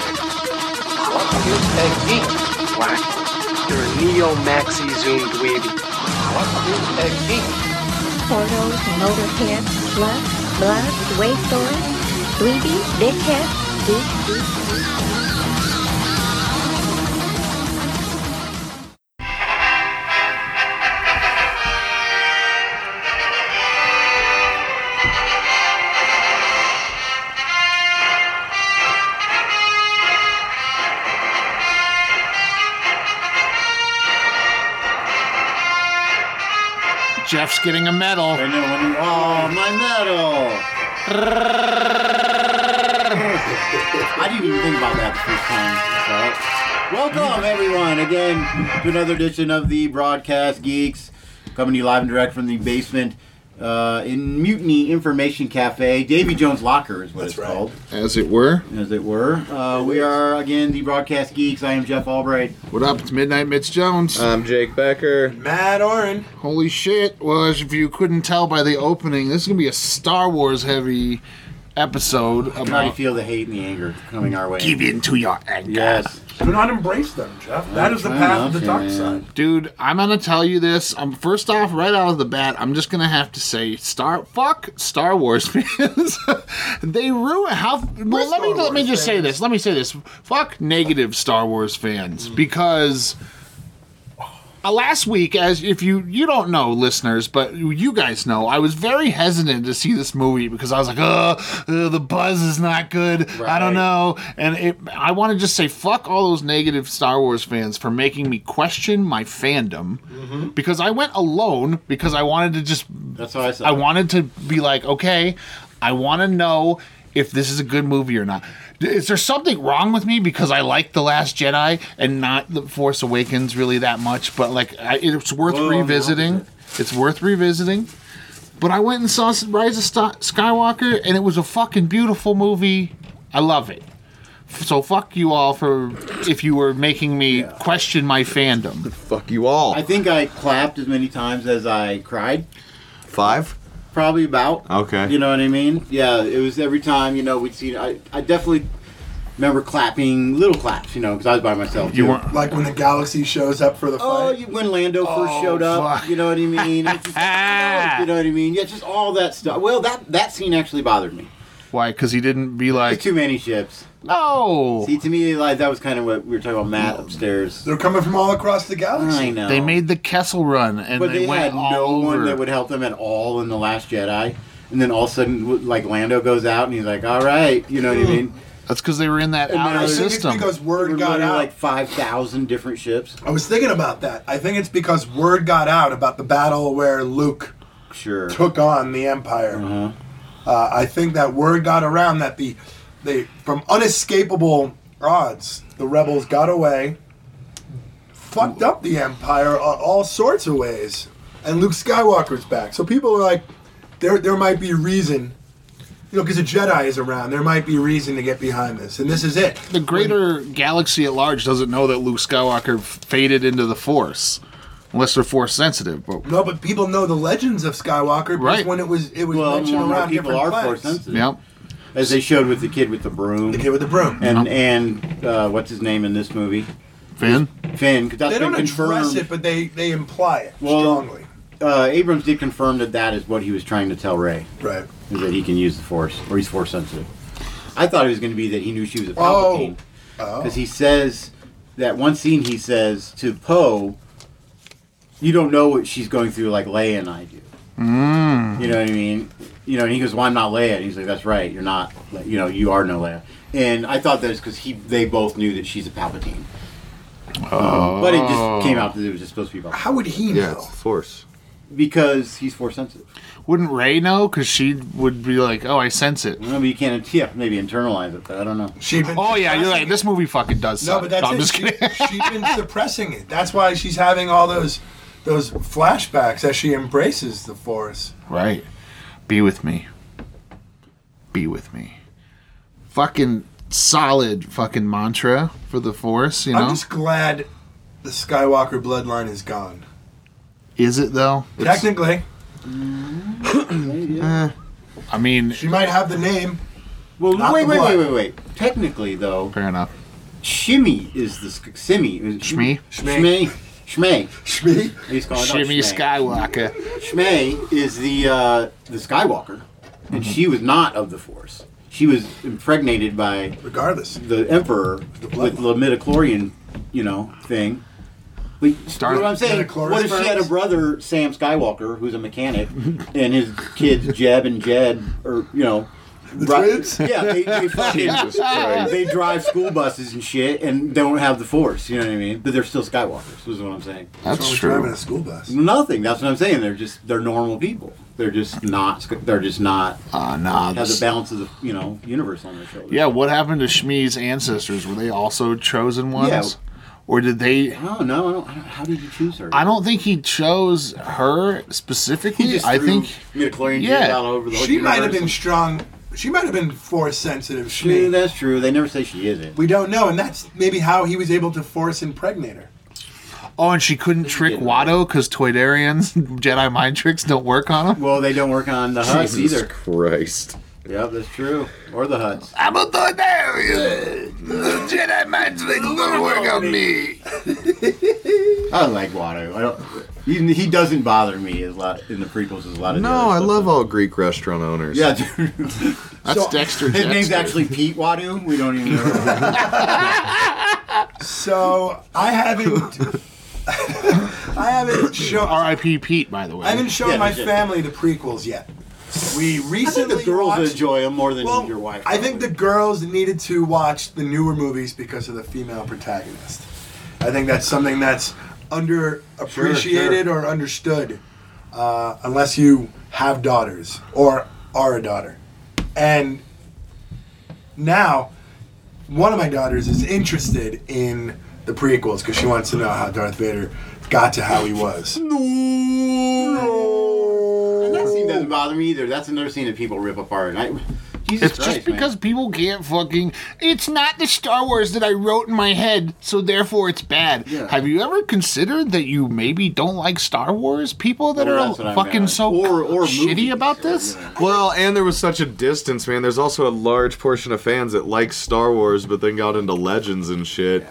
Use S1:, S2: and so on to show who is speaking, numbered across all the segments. S1: What is a geek?
S2: Whack. You're a neo maxi zoom dweeby.
S1: What is a geek?
S3: Portals, motorhead, slut, blood, wasteland, 3D, dickhead, geek, geek, geek.
S4: Jeff's getting a medal.
S5: I know. I'm- Oh, my medal! I didn't even think about that the first time. So, welcome everyone again to another edition of the Broadcast Geeks, coming to you live and direct from the basement uh, in Mutiny Information Cafe, Davy Jones Locker is what it's called,
S4: As it were.
S5: as it were. Uh, we are again the Broadcast Geeks. I am Jeff Albright.
S4: What up? It's Midnight Mitch Jones.
S6: I'm Jake Becker.
S7: Matt Oren.
S4: Holy shit. Well, as if you couldn't tell by the opening, this is going to be a Star Wars heavy episode
S5: I can already
S4: about.
S5: feel the hate and the anger coming our way.
S4: Give in to your anger.
S5: Yes.
S7: Do not embrace them, Jeff. That is the
S5: Fair
S7: path of
S5: enough,
S7: the dark
S5: yeah.
S7: side.
S4: Dude, I'm going to tell you this. I'm First off, right out of the bat, I'm just going to have to say, Star. Fuck Star Wars fans. they ruin. How. Well, let
S7: Star
S4: me, let me
S7: Wars
S4: just say
S7: fans.
S4: this. Let me say this. Fuck negative Star Wars fans
S7: Mm.
S4: because. Uh, last week as if you you don't know listeners but you guys know i was very hesitant to see this movie because i was like oh the buzz is not good i
S5: Right.
S4: don't know and it, i want to just say fuck all those negative star wars fans for making me question my fandom because i went alone because i wanted to just
S5: That's how I said.
S4: I wanted to be like, okay, I want to know if this is a good movie or not. D- Is there something wrong with me because I like The Last Jedi and not The Force Awakens really that much? But like, I, it's worth
S5: Whoa, I'm the
S4: revisiting. It's worth revisiting. But I went and saw S- Rise of Sta- Skywalker, and it was a fucking beautiful movie. I love it. F- So fuck you all for if you were making me question my fandom.
S6: Fuck you all.
S5: I think I clapped as many times as I cried.
S6: Five?
S5: Probably about.
S6: Okay.
S5: You know what I mean? Yeah, it was every time, you know, we'd see. I, I definitely remember clapping, little claps, you know, because I was by myself.
S4: You
S5: too.
S4: weren't.
S7: Like when the galaxy shows up for the fight. Oh,
S5: Oh, you, when Lando first showed up,
S4: fuck.
S5: you know what I mean? It's just- you know what I mean? Yeah, just all that stuff. Well, that that scene actually bothered me.
S4: Why? Because he didn't be like,
S5: Too many ships.
S4: no.
S5: See, to me, like that was kind of what we were talking about. Matt upstairs.
S7: They're coming from all across the galaxy.
S5: I know.
S4: They made the Kessel Run, and
S5: But
S4: they,
S5: they,
S4: went
S5: had
S4: all
S5: no
S4: over.
S5: one that would help them at all in the Last Jedi, and then all of a sudden, w- like Lando goes out and he's like, "All right," you know what I mean?
S4: That's because they were in that
S5: And
S4: outer
S5: now
S7: I think
S4: system.
S7: it's because
S5: There were
S7: word got
S5: literally,
S7: out.
S5: like five thousand different ships.
S7: I was thinking about that. I think it's because word got out about the battle where Luke
S5: Sure.
S7: took on the Empire.
S5: Uh-huh.
S7: Uh, I think that word got around that the they from unescapable odds the rebels got away, fucked up the Empire on all sorts of ways, and Luke Skywalker's back. So people are like, there there might be reason. You know, because a Jedi is around, there might be reason to get behind this, and this is it.
S4: the greater galaxy at large doesn't know that Luke Skywalker faded into the Force, unless they're Force sensitive. But
S7: No, but people know the legends of Skywalker because
S4: Right.
S7: when it was it was
S5: Well,
S7: mentioned
S5: more and more
S7: around
S5: people
S7: different
S5: are force
S7: planets.
S5: sensitive,
S4: yeah,
S5: as they showed with the kid with the broom
S7: The kid with the broom.
S5: and and uh, what's his name in this movie?
S4: Finn.
S5: Finn. 'cause that's
S7: They don't
S5: been
S7: address
S5: confirmed.
S7: it, but they they imply it
S5: Well-
S7: strongly.
S5: uh, Abrams did confirm that that is what he was trying to tell Ray,
S7: Right.
S5: is that he can use the Force or he's Force sensitive. I thought it was going to be that he knew she was a
S7: Oh.
S5: Palpatine.
S7: Oh.
S5: because he says that one scene he says to Poe, "You don't know what she's going through like Leia and I do." You know what I mean? You know, and he goes, "Well, I'm not Leia," and he's like, "That's right, you're not. Le- You know, you are no Leia." And I thought that was because he they both knew that she's a Palpatine, but it just came out that it was just supposed to be about.
S7: How would he
S6: Yeah,
S7: know?
S6: it's the force.
S5: because he's force sensitive.
S4: Wouldn't Ray know? Because she would be like, "Oh, I sense it."
S5: I don't know, but you can't, yeah, maybe internalize it, but I don't know.
S7: She'd been
S4: Oh yeah, you're right. This movie fucking does.
S7: No,
S4: Suck.
S7: but that's
S4: I'm
S7: it.
S4: just
S7: She,
S4: kidding.
S7: she's been suppressing it. That's why she's having all those those flashbacks as she embraces the force.
S4: Right. Be with me. Be with me. Fucking solid fucking mantra for the force, you know?
S7: I'm just glad the Skywalker bloodline is gone.
S4: Is it though? It's-
S7: Technically,
S4: I mean,
S7: she might have the name.
S5: Well,
S7: Not
S5: wait,
S7: the
S5: wait,
S7: blood.
S5: wait, wait, wait. Technically, though,
S4: fair enough.
S5: Shimmy is the sk- Simmy.
S4: Shmi?
S5: Shmay. Shmay.
S7: Shmi.
S5: He's
S6: Oh,
S5: called
S4: Shimmy Skywalker.
S5: Shmay is the uh, the Skywalker, and she was not of the Force. She was impregnated by
S7: Regardless,
S5: the Emperor with the midichlorian, you know, thing. But
S4: Star-
S5: you know what I'm saying?
S7: Midichlorians
S5: What if she had a
S7: burns?
S5: brother, Sam Skywalker, who's a mechanic, and his kids Jeb and Jed, or you know, the
S7: twins?
S5: Yeah, they, they fucking
S6: Jesus Christ.
S5: they drive school buses and shit, and don't have the Force. You know what I mean? But they're still Skywalkers. Is what I'm saying.
S4: That's
S7: we're driving
S4: true.
S7: a school bus.
S5: Nothing. That's what I'm saying. They're just they're normal people. They're just not. They're just not
S4: Uh, nah,
S5: have the
S4: this-
S5: balance of the you know universe on their shoulders.
S4: yeah, what happened to Shmi's ancestors? Were they also chosen ones? Or did they.
S5: I don't know. I don't, I don't, how did you choose her?
S4: I don't think he chose her
S5: He
S4: specifically.
S5: just
S4: I
S5: threw
S4: think.
S5: midichlorian
S4: Yeah.
S5: yeah. all over the whole
S7: She might have been
S5: universe.
S7: strong. She might have been force sensitive.
S5: True,
S7: Shmi.
S5: that's true. They never say she isn't.
S7: We don't know, and that's maybe how he was able to force impregnate her.
S4: Oh, and she couldn't trick
S5: didn't.
S4: Watto because Toydarian's Jedi mind tricks don't work on him?
S5: Well, they don't work on the huts
S6: Jesus
S5: either.
S6: Christ.
S5: Yep, that's true. Or the huts.
S4: I'm a Thundarian. Jedi mind tricks don't work on me.
S5: I don't like Watto. I don't. He, he doesn't bother me as lot in the prequels as a lot of. the
S6: No,
S5: other
S6: I
S5: stuff
S6: love
S5: does.
S6: all Greek restaurant owners.
S5: Yeah, dude. his
S4: That's
S7: So-
S4: Dexter. Dexter.
S5: name's actually Pete Wadu. We don't even know.
S7: So I haven't. I haven't shown.
S4: R.I.P. Pete, by the way.
S7: I haven't shown
S5: Yeah,
S7: my
S5: we did.
S7: family the prequels yet. We
S5: I think
S7: recently
S5: the girls
S7: watched,
S5: enjoy him more than
S7: well,
S5: your wife.
S7: I think the girls needed to watch the newer movies because of the female protagonist. I think that's something that's underappreciated or understood, uh, unless you have daughters or are a daughter. And now, one of my daughters is interested in the prequels because she wants to know how Darth Vader got to how he was.
S5: And that scene doesn't bother me either. That's another scene that people rip apart. And I, Jesus
S4: It's
S5: Christ,
S4: just
S5: man.
S4: because people can't fucking. It's not the Star Wars that I wrote in my head, so therefore it's bad.
S5: Yeah.
S4: Have you ever considered that you maybe don't like Star Wars? People that
S5: Well,
S4: are
S5: Oh, that's what I
S4: fucking
S5: meant.
S4: so
S5: Or- or
S4: shitty
S5: movies,
S4: about
S5: yeah,
S4: this.
S5: yeah.
S6: Well, and there was such a distance, man. There's also a large portion of fans that like Star Wars, but then got into Legends and shit,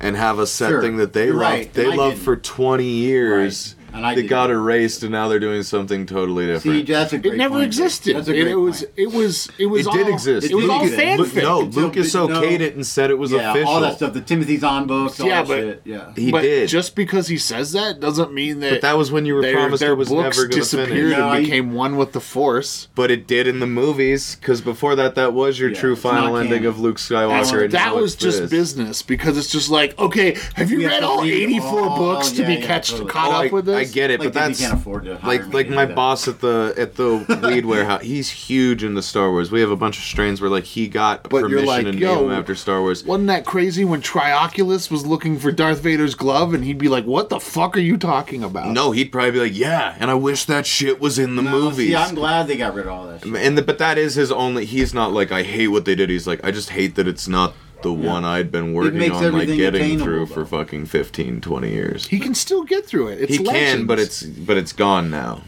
S6: and have a set
S5: Sure.
S6: thing that they
S5: You're
S6: loved,
S5: right,
S6: they
S5: and I
S6: loved
S5: didn't.
S6: for 20 years.
S5: Right, and I
S6: that
S5: didn't.
S6: got erased, and now they're doing something totally different.
S5: See, that's a great
S4: It never
S5: point.
S4: existed.
S5: That's a great
S4: it, was.
S5: point.
S4: It was. It was.
S6: it did
S4: all-
S6: exist.
S4: It was
S5: did
S4: all
S5: exist.
S6: Luke-
S4: fanfic.
S6: No,
S5: Until-
S6: Lucas
S5: no.
S6: okayed it and said it was
S5: yeah,
S6: official.
S5: all that stuff. The Timothy's on books. All
S4: Yeah,
S5: that
S4: but-
S5: shit. yeah.
S6: He
S4: but
S6: did.
S4: just because he says that doesn't mean that.
S6: but that was when you were
S4: their,
S6: promised
S4: their
S6: it was
S4: books
S6: never going to
S4: disappeared
S6: finish.
S5: No, I-
S4: and became one with the Force.
S6: But it did in the movies, because before that, that was your
S5: Yeah,
S6: true
S5: it's not
S6: final ending
S5: canon.
S6: of Luke Skywalker.
S4: That's-
S6: and
S4: that
S6: now
S4: was
S6: it's
S4: just
S6: this.
S4: business because it's just like, okay, have you
S5: We have
S4: read
S5: to
S4: all
S5: read
S4: 84
S5: all-
S4: books to
S5: yeah,
S4: be
S5: yeah,
S4: catch,
S5: totally.
S4: caught
S6: Oh, I-
S4: up with this?
S6: I get it,
S5: Like,
S6: but
S5: they
S6: that's
S5: can't afford to hire me
S6: like
S5: to
S6: like
S5: do
S6: my
S5: that.
S6: boss at the at the weed warehouse. He's huge into Star Wars. We have a bunch of strains where like he got
S4: But you're
S6: permission
S4: like,
S6: and
S4: yo,
S6: named him after Star Wars.
S4: Wasn't that crazy when Trioculus was looking for Darth Vader's glove and he'd be like, what the fuck are you talking about?
S6: No, he'd probably be like, yeah, and I wish that shit was in the movies.
S5: See, I'm glad they got rid of all that. Shit.
S6: and the, but that is his only. He's not like I hate what they did. He's like I just hate that it's not the one I'd been working
S5: makes
S6: on like
S5: everything
S6: getting
S5: attainable,
S6: through
S5: though.
S6: for fucking 15, 20 years.
S4: He can still get through it. It's
S6: he can, but
S4: Legends.
S6: it's but it's gone now.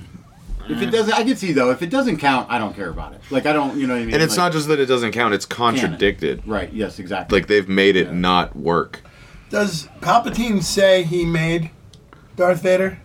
S5: If it doesn't, I can see though. If it doesn't count, I don't care about it. Like I don't, you know what I mean.
S6: And it's
S5: Like,
S6: not just that it doesn't count; it's contradicted.
S5: right. Yes, exactly.
S6: Like they've made it not work.
S7: Does Palpatine say he made Darth Vader?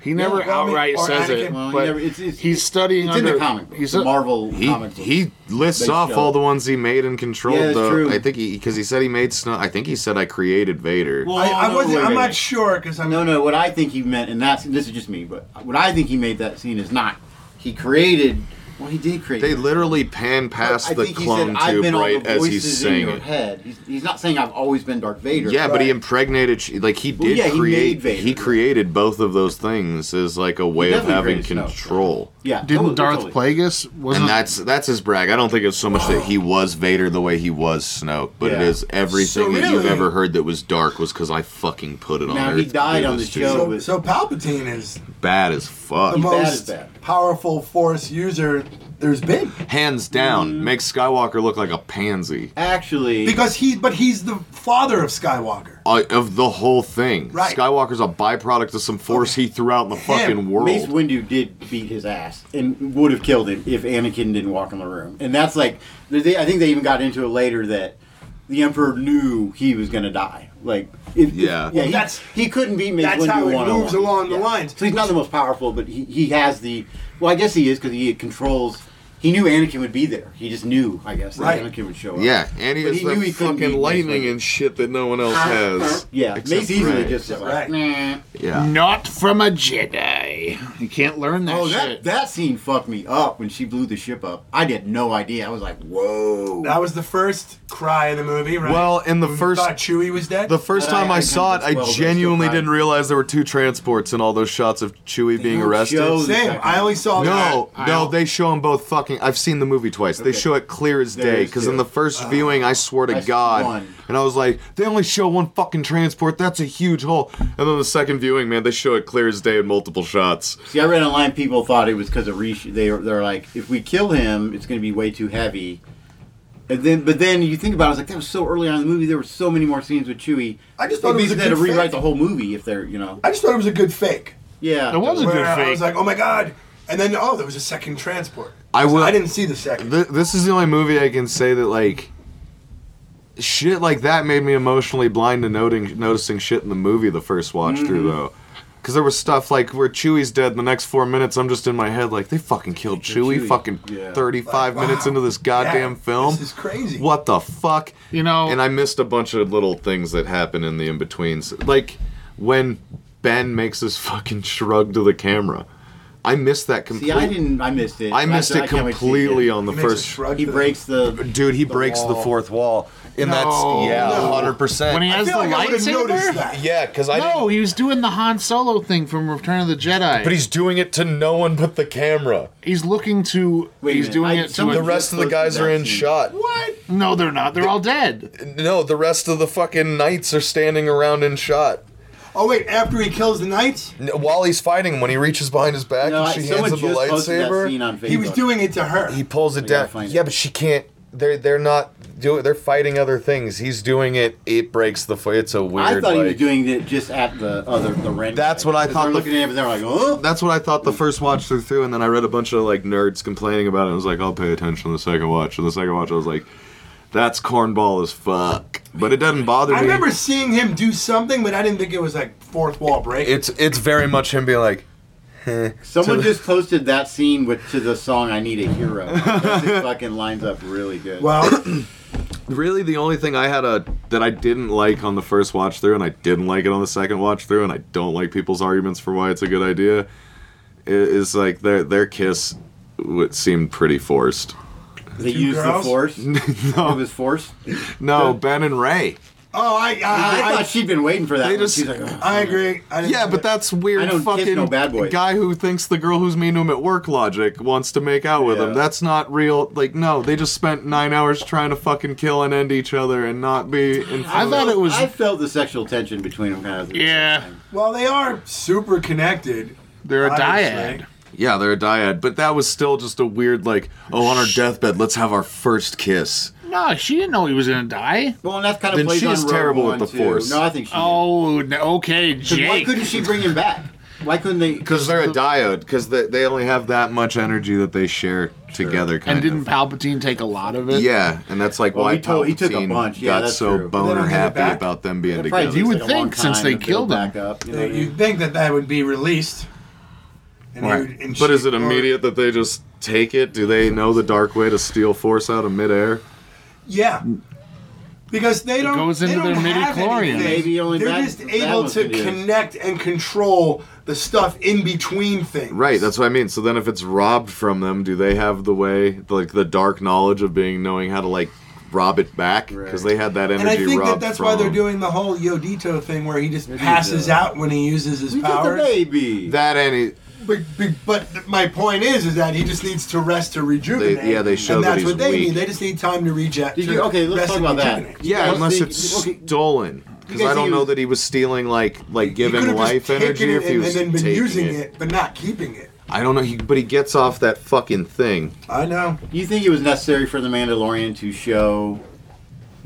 S4: He never
S7: Yeah, well, I mean,
S4: outright
S7: or
S4: says it,
S7: Anakin-
S5: Well, he
S4: but
S5: never- it's- it's-
S4: he's studying
S5: it's in
S4: under...
S5: the comic book.
S4: He's
S5: the
S4: a-
S5: Marvel
S6: He
S5: comic book.
S6: he lists
S5: They
S6: off
S5: show.
S6: all the ones he made and controlled.
S5: Yeah, that's
S6: though
S5: true.
S6: I think he because he said he made snow. I think he said I created Vader.
S5: Well,
S7: I, I
S5: no,
S7: wasn't.
S5: wait,
S7: I'm
S5: wait,
S7: not
S5: wait.
S7: sure because I'm.
S5: No, no. What I think he meant, and that's this is just me, but what I think he made that scene is not. He created Well, he did create.
S6: They
S5: your-
S6: literally pan past
S5: I
S6: the
S5: think he
S6: clone
S5: said, "I've
S6: tube
S5: been all the
S6: right as he's
S5: voices in
S6: saying
S5: your
S6: it.
S5: head." He's, he's not saying I've always been Darth Vader.
S6: Yeah, but he
S7: Right.
S6: impregnated. sh- Like he did
S5: Well, yeah, he made
S6: create. He,
S5: Vader.
S6: created both of those things as like a way of
S5: definitely
S6: having
S5: created Snoke.
S6: control.
S5: yeah.
S4: Didn't
S5: totally,
S4: Darth
S5: totally.
S4: Plagueis wasn't
S6: And that's that's his brag. I don't think it's so much that he was Vader the way he was Snoke, but it
S5: Yeah.
S6: is everything
S7: So
S6: that you've
S7: really-
S6: ever heard that was dark was because I fucking put it on.
S5: Now,
S6: there
S5: he
S6: to
S5: died
S6: do
S5: on
S6: this to
S5: the show.
S6: you.
S5: but-
S7: So, so Palpatine is
S6: Bad as fuck.
S7: the
S5: He's bad
S7: most
S5: as bad.
S7: powerful Force user there's been
S6: Hands down,
S5: Mm.
S6: makes Skywalker look like a pansy.
S5: Actually,
S7: because he, but he's the father of Skywalker.
S6: Uh, of the whole thing,
S7: Right.
S6: Skywalker's a byproduct of some force he threw out in the fucking world.
S5: Mace Windu did beat his ass and would have killed him if Anakin didn't walk in the room. And that's like, they, I think they even got into it later that the Emperor knew he was going to die. Like, if,
S6: Yeah.
S5: yeah,
S7: Well,
S5: he,
S7: that's-
S5: he couldn't beat Mace
S7: that's
S5: Windu
S7: how it
S5: one-on-one.
S7: moves along the
S5: Yeah.
S7: lines.
S5: So he's not the most powerful, but he, he has the. Well, I guess he is because he controls. He knew Anakin would be there. He just knew, I guess, that
S7: Right.
S5: Anakin would show up.
S6: Yeah, and he
S5: But
S6: has
S5: he
S6: that
S5: knew he couldn't beat
S6: fucking
S5: Mace
S6: lightning
S5: Windu.
S6: and shit that no one else has.
S5: Yeah,
S6: Except
S5: Mace easily
S6: Rey.
S5: just is like,
S7: Right.
S5: nah.
S6: Yeah.
S4: not from a Jedi? You can't learn that
S5: Oh,
S4: shit.
S5: that, that scene fucked me up when she blew the ship up. I had no idea. I was like, whoa.
S7: That was the first cry in the movie, right?
S6: Well, in the
S7: When we
S6: first-
S7: thought Chewie was dead.
S6: The first
S5: But I-
S6: time I,
S5: I
S6: saw it,
S5: think
S6: I
S5: it's well done,
S6: genuinely
S5: so I-
S6: didn't realize there were two transports in all those shots of Chewie being
S5: don't
S6: arrested.
S5: show the
S7: Same. I only saw that.
S6: No, no, they show them both fucking. I've seen the movie twice. They
S5: Okay.
S6: show it clear as
S5: There
S6: day.
S5: is
S6: Because in
S5: two. Uh,
S6: the first viewing, I swear to
S5: That's
S6: God,
S5: one.
S6: and I was like, they only show one fucking transport. That's a huge hole. And then the second viewing, man, they show it clear as day in multiple shots.
S5: See, I read online people thought it was because of Rishi. They were- they're like, if we kill him, it's going to be way too heavy. And then, but then you think about, it, I was like, that was so early on in the movie. There were so many more scenes with Chewie.
S7: I just
S5: It'd
S7: thought it
S5: be
S7: was a
S5: they had to
S7: good
S5: rewrite
S7: fake.
S5: the whole movie if they're, you know,
S7: I just thought it was a good fake.
S5: yeah.
S4: It was a good
S7: Where I
S4: fake.
S7: was like, oh my god, and then oh, there was a second transport.
S6: I will-
S7: I didn't see the second.
S6: Th- this is the only movie I can say that like shit like that made me emotionally blind to noting noticing shit in the movie the first watch through though. Cause there was stuff like where Chewie's dead. In the next four minutes, I'm just in my head like they fucking killed Chewie.
S5: Chewie.
S6: Fucking
S5: Yeah.
S6: 35 minutes into this goddamn
S7: Yeah,
S6: film.
S7: this is crazy.
S6: What the fuck?
S4: You know-
S6: And I missed a bunch of little things that happen in the in betweens. Like when Ben makes his fucking shrug to the camera. I missed that
S5: See,
S6: completely.
S5: I didn't. I missed it.
S6: I missed
S5: said,
S6: it
S5: can't wait to see it
S6: completely
S5: again.
S6: on the
S7: He makes a
S6: first
S7: shrug
S5: He
S7: to the-
S5: breaks the.
S6: Dude, he breaks the
S7: wall.
S6: fourth wall, and
S4: No.
S6: that's yeah,
S4: No.
S6: hundred
S4: when he
S6: percent.
S4: has
S7: I feel
S4: the
S7: like I would have noticed
S4: lightsaber.
S7: that.
S6: Yeah, because I.
S4: No,
S6: didn't-
S4: he was doing the Han Solo thing from Return of the Jedi.
S6: but he's doing it to no one but the camera.
S4: he's looking to.
S5: Wait a
S4: he's
S5: minute,
S4: doing
S5: I-
S4: it to.
S5: some-
S4: a-
S6: The rest of the
S5: posted
S6: guys are
S5: that
S6: in
S5: scene.
S6: shot.
S7: What?
S4: no, they're not. They're all dead.
S6: No, the rest of the fucking knights are standing around in shot
S7: Oh wait, after he kills the knights,
S6: N- while he's fighting. When he reaches behind his back
S5: No,
S6: and
S5: I-
S6: she
S5: someone
S6: hands him
S5: just
S6: the
S5: posted that scene
S6: lightsaber,
S5: on Facebook.
S7: he was doing it to her.
S6: he pulls it
S5: I gotta
S6: down.
S5: find it.
S6: Yeah, but she can't. They're they're not doing. They're fighting other things. He's doing it. It breaks the. f- It's a weird.
S5: I thought he was
S6: like-
S5: doing it just at the other the rent.
S6: That's what I thought
S5: They're
S6: the-
S5: looking at it, they're like, oh.
S6: That's what I thought the first watch through through, and then I read a bunch of like nerds complaining about it. I was like, I'll pay attention to the second watch. And the second watch, I was like, that's cornball as fuck. But it doesn't bother
S7: I
S6: me.
S7: remember seeing him do something, but I didn't think it was like fourth wall break.
S6: it's it's very much him being like,
S5: Someone
S6: To the-
S5: just posted that scene with to the song "I Need a Hero." That shit fucking lines up really good.
S7: well,
S6: really. The only thing I had a that I didn't like on the first watch through, and I didn't like it on the second watch through, and I don't like people's arguments for why it's a good idea. i- Is like their their kiss, would seemed pretty forced.
S5: they
S7: two
S5: used
S7: girls?
S5: the force. It was force.
S6: No, Ben and Ray.
S7: oh, I,
S5: I,
S7: I, I,
S5: thought she'd been waiting for that.
S6: They
S5: one.
S6: just-
S5: She's like, "Oh, "Ugh."
S7: I agree. I didn't
S6: Yeah,
S7: see
S6: but
S7: it.
S6: that's weird.
S5: I don't kiss
S6: fucking
S5: no bad boys.
S6: guy who thinks the girl who's mean to him at work logic wants to make out with him.
S5: Yeah.
S6: That's not real. Like, no, they just spent nine hours trying to fucking kill and end each other and not be. In
S4: I thought it was.
S5: "Oh, I felt the sexual tension between them. Kind of.
S4: yeah,
S7: well, they are super connected.
S4: they're a
S7: obviously.
S4: dyad.
S6: yeah, they're a dyad, but that was still just a weird like. Oh, on our deathbed, let's have our first kiss.
S4: No, she didn't know he was gonna die.
S5: Well, and that's kind of
S6: Then
S5: plays
S6: she
S5: on
S6: is
S5: Rogue
S6: terrible with
S5: One,
S6: the
S5: too.
S6: Force.
S5: No, I think she.
S4: Oh, n- okay,
S5: did. 'Cause Why
S4: Jake.
S5: couldn't she bring him back? Why couldn't they?
S6: Because they're a dyad. Because they, they only have that much energy that they share together. Kind
S4: And didn't
S6: of.
S4: Palpatine take a lot of it?
S6: Yeah, and that's like
S5: Well,
S6: why
S5: he to- he took a
S6: Palpatine
S5: bunch. Yeah,
S6: got
S5: that's
S6: so
S5: true.
S7: They
S6: boner
S7: don't have it
S6: happy
S7: back?
S6: about them being
S5: It probably
S6: together.
S5: takes
S4: You would
S5: like a long
S4: think since
S5: time
S4: they
S5: to build
S4: killed him.
S5: back up. You know what I
S7: You'd
S5: mean?
S7: think that that would be released. And he
S4: Right.
S7: would- and
S6: But
S7: she-
S6: is it
S7: or-
S6: immediate that they just take it? Do they know the dark way to steal force out of midair?
S7: Yeah. because they don't
S4: goes into
S7: they don't
S4: their
S7: have
S4: midichlorians.
S7: anything.
S5: Maybe only
S7: They're
S5: that-
S7: just
S5: that
S7: able
S5: was
S7: to
S5: it is.
S7: connect and control the stuff in between things.
S6: Right, that's what I mean. So then, if it's robbed from them, do they have the way, like the dark knowledge of being knowing how to like rob it back? Because they had that energy.
S7: and I think that
S6: robbed
S7: that's
S6: from
S7: why they're
S6: them.
S7: doing the whole Yodito thing, where he just
S5: Yodito.
S7: passes out when he uses his
S5: We got the
S7: powers.
S5: baby.
S6: that. Any
S7: But, but, but my point is, is that he just needs to rest to rejuvenate.
S6: They- yeah, they show
S7: and
S6: that
S7: that's
S6: he's
S7: what they
S6: weak.
S7: need. They just need time to reject.
S5: Did you, okay, let's
S7: rest
S5: talk
S7: and
S5: about that.
S7: rejuvenate.
S6: yeah,
S5: Well,
S6: unless
S5: they-
S6: it's
S5: okay,
S6: stolen. Because
S5: Because
S6: I don't
S5: he
S6: know
S5: was-
S6: that he was stealing like like giving
S7: could've just
S6: life
S7: taken
S6: energy
S7: it
S6: if he
S7: and,
S6: was
S7: and then been
S6: taking
S7: using
S6: it.
S7: it, but not keeping it.
S6: I don't know, he, but he gets off that fucking thing.
S7: I know.
S5: You think it was necessary for the Mandalorian to show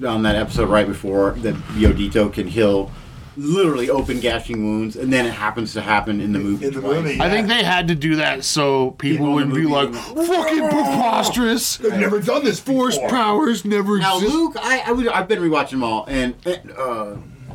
S5: on that episode right before that Yodito can heal literally open gashing wounds, and then it happens to happen in the movie.
S7: In the
S5: twice.
S7: movie.
S4: I think they had to do that so people
S5: People in
S4: wouldn't
S5: the
S4: be like,
S5: movie.
S4: fucking preposterous.
S7: They've never done this
S4: Force
S7: before.
S4: powers never
S5: Now,
S4: exist.
S5: Luke, I, I would, I've been rewatching them all, and uh,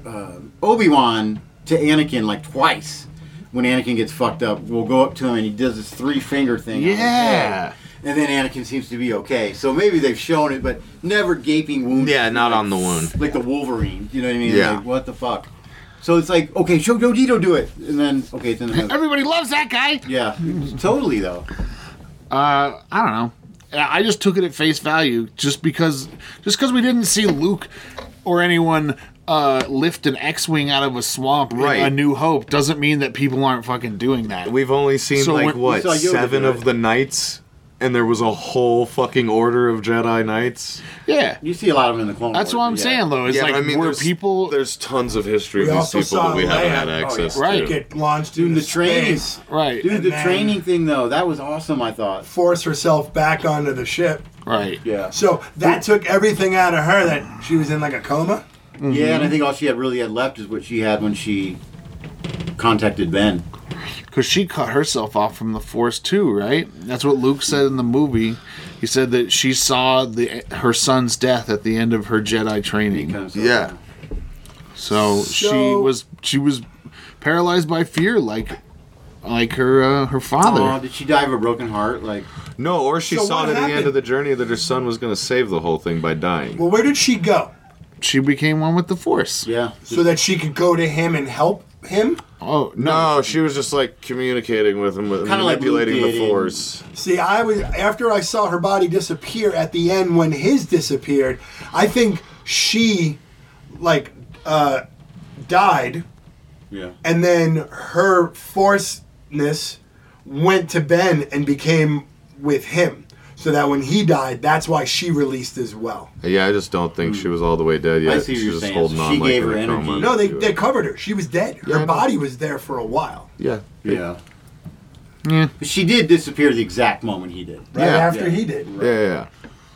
S5: uh, Obi Wan to Anakin like twice. When Anakin gets fucked up, we'll go up to him and he does this three finger thing. on his
S6: Yeah.
S5: head, and then Anakin seems to be okay. So maybe they've shown it, but never gaping wounds.
S6: Yeah, not on the wound.
S5: Like the Wolverine. You know what I mean?
S6: Yeah.
S5: Like, what the fuck? So it's like, okay, show Dodito do it. And then, okay, then.
S4: Everybody loves that guy.
S5: Yeah, totally though.
S4: Uh, I don't know. I I just took it at face value, just because, just because we didn't see Luke or anyone uh, lift an X-wing out of a swamp in
S6: Right.
S4: A New Hope doesn't mean that people aren't fucking doing that.
S6: We've only seen
S4: So
S6: like
S4: when-
S6: what
S5: we saw Yoda
S6: seven
S5: do
S6: of
S5: it.
S6: the knights, and there was a whole fucking order of Jedi knights.
S4: yeah,
S5: You see a lot of them in the Clone
S4: that's what
S5: Wars,
S4: I'm
S5: yeah.
S4: saying though. Is like were
S6: there's-
S4: people
S6: There's tons of history
S7: We
S6: of
S7: also
S6: these people
S7: saw
S6: that we haven't
S7: Leia-
S6: had
S7: oh, yeah.
S6: access
S4: Right.
S6: to.
S7: Get launched
S5: Dude,
S7: in
S5: the
S7: the
S5: train.
S7: train.
S4: right,
S5: Dude, the
S7: And then-
S5: training thing though, that was awesome. I thought.
S7: Force herself back onto the ship.
S4: right.
S5: Yeah.
S7: So that took everything out of her. That she was in like a coma.
S5: Yeah, and I think all she had really had left is what she had when she contacted Ben.
S4: because she cut herself off from the force too right that's what luke said in the movie he said that she saw the her son's death at the end of her jedi training
S5: So-
S6: Yeah.
S4: so, she
S7: So-
S4: was she was paralyzed by fear like like her uh, her
S5: Aw,
S4: father
S5: did she die of a broken heart? Like,
S6: No, or she
S7: So
S6: saw
S7: what
S6: it at the end
S7: happened-
S6: of the journey that her son was going to save the whole thing by dying.
S7: Well, where did she go?
S4: she became one with the force
S5: yeah.
S7: So that she could go to him and help him.
S4: oh no,
S6: no, she was just like communicating with him, with
S5: Kinda like
S6: manipulating
S5: Luke did
S6: the
S5: in-
S6: force.
S7: See, I was after I saw her body disappear at the end when his disappeared. I think she, like, uh, died,
S5: Yeah.
S7: and then her forceness went to Ben and became with him. So that when he died, that's why she released as well.
S6: Yeah, I just don't think she was all the way dead yet.
S5: Hmm. I see what
S6: She
S5: you're
S6: was
S5: saying.
S6: holding on
S5: She
S6: like
S5: gave
S6: in
S5: her
S6: a
S5: energy.
S6: coma.
S7: No, they,
S6: to
S7: they
S6: it.
S7: covered her. She was dead.
S6: Yeah, I
S7: Her
S6: know.
S7: body was there for a while.
S6: yeah.
S5: Yeah. But she did disappear the exact moment he did.
S7: Right
S6: Yeah.
S7: after
S5: Yeah.
S7: he did.
S6: Yeah, yeah, yeah.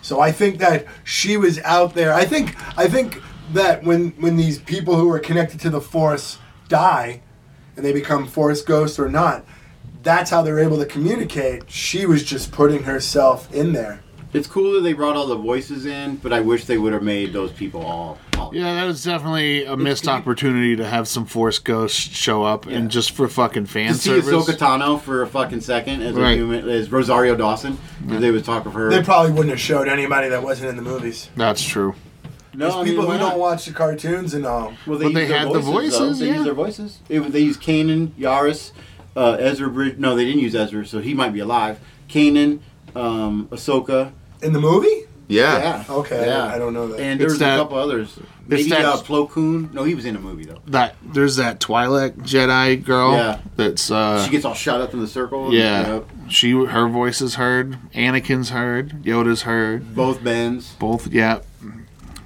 S7: So I think that she was out there. I think I think that when when these people who are connected to the force die, and they become force ghosts or not, that's how they're able to communicate. She was just putting herself in there.
S5: It's cool that they brought all the voices in, but I wish they would have made those people all. all
S4: yeah that was definitely a missed opportunity to have some force ghosts show up and just for fucking fan
S5: To see Ahsoka
S4: service
S5: Tano for a fucking second as
S4: Right.
S5: a human, as Rosario Dawson, 'cause they would talk of her.
S7: They probably wouldn't have showed anybody that wasn't in the movies.
S4: that's true
S5: no,
S7: There's people
S5: why
S7: who don't
S5: not?
S7: watch the cartoons and all.
S5: Well, they,
S4: But
S5: used
S4: they
S5: their
S4: had the
S5: voices, though.
S4: voices,
S5: They
S4: yeah.
S5: used their voices. It, was- they used Kanan, Yaris, uh, Ezra Bridge. No, they didn't use Ezra, so he might be alive. Kanan, um, Ahsoka.
S7: In the movie?
S6: Yeah.
S5: Yeah.
S7: Okay,
S5: Yeah.
S7: I don't know that.
S5: And there
S4: It's
S5: was
S4: that-
S5: a couple others. Maybe
S4: that-
S5: uh, Plo Koon. No, he was in a movie though.
S4: that there's that twilight jedi girl
S5: Yeah.
S4: that's uh
S5: She gets all shot up in the circle.
S4: Yeah.
S5: Yep.
S4: She her voice is heard, Anakin's heard, Yoda's heard,
S5: Both Bens.
S4: both yeah.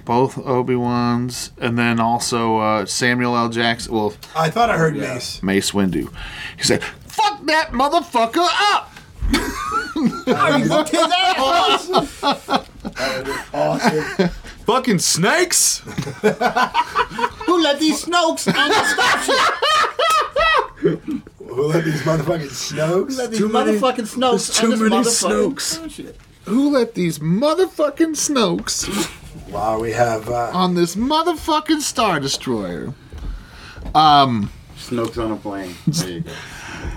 S4: Both Obi-Wans and then also uh, Samuel L. Jackson, well,
S7: I thought I heard Mace.
S4: Mace Windu. He said, "Fuck that motherfucker up."
S7: Awesome.
S6: Fucking snakes!
S5: Who let these Snokes on the starship?
S7: Who let these motherfucking snokes?
S5: These motherfucking Snokes.
S4: too many Snokes. Who let these motherfucking Snokes
S7: Wow, we have. Uh,
S4: on this motherfucking star destroyer?
S5: Snokes on a plane. There you go.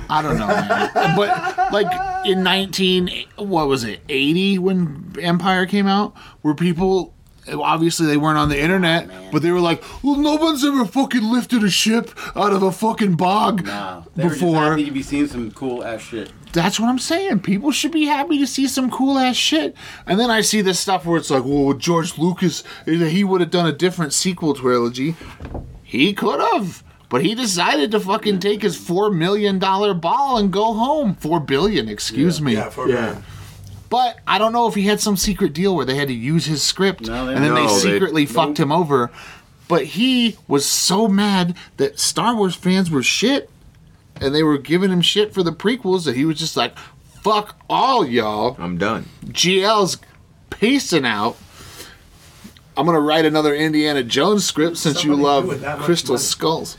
S4: I don't know, man. but like in nineteen, what was it, eighty when Empire came out? Were people obviously they weren't on the
S5: Oh,
S4: internet, but they were like, well, no one's ever fucking lifted a ship out of a fucking bog
S5: Nah, they were just
S4: before.
S5: happy to be seeing some cool ass shit.
S4: That's what I'm saying. People should be happy to see some cool ass shit. And then I see this stuff where it's like, well, George Lucas, eh, he would have done a different sequel trilogy. He could have. But he decided to fucking take his four million dollar ball and go home. Four billion, excuse me.
S7: Yeah, for
S6: Yeah.
S4: But I don't know if he had some secret deal where they had to use his script
S5: No, they
S4: and then
S6: don't.
S4: they
S6: No, they-
S4: secretly fucked him over. But he was so mad that Star Wars fans were shit and they were giving him shit for the prequels that he was just like, fuck all y'all.
S6: I'm done.
S4: GL's pacing out. I'm going to write another Indiana Jones script since
S7: Somebody
S4: you
S7: do it that
S4: love
S7: much
S4: Crystal
S7: money.
S4: Skulls.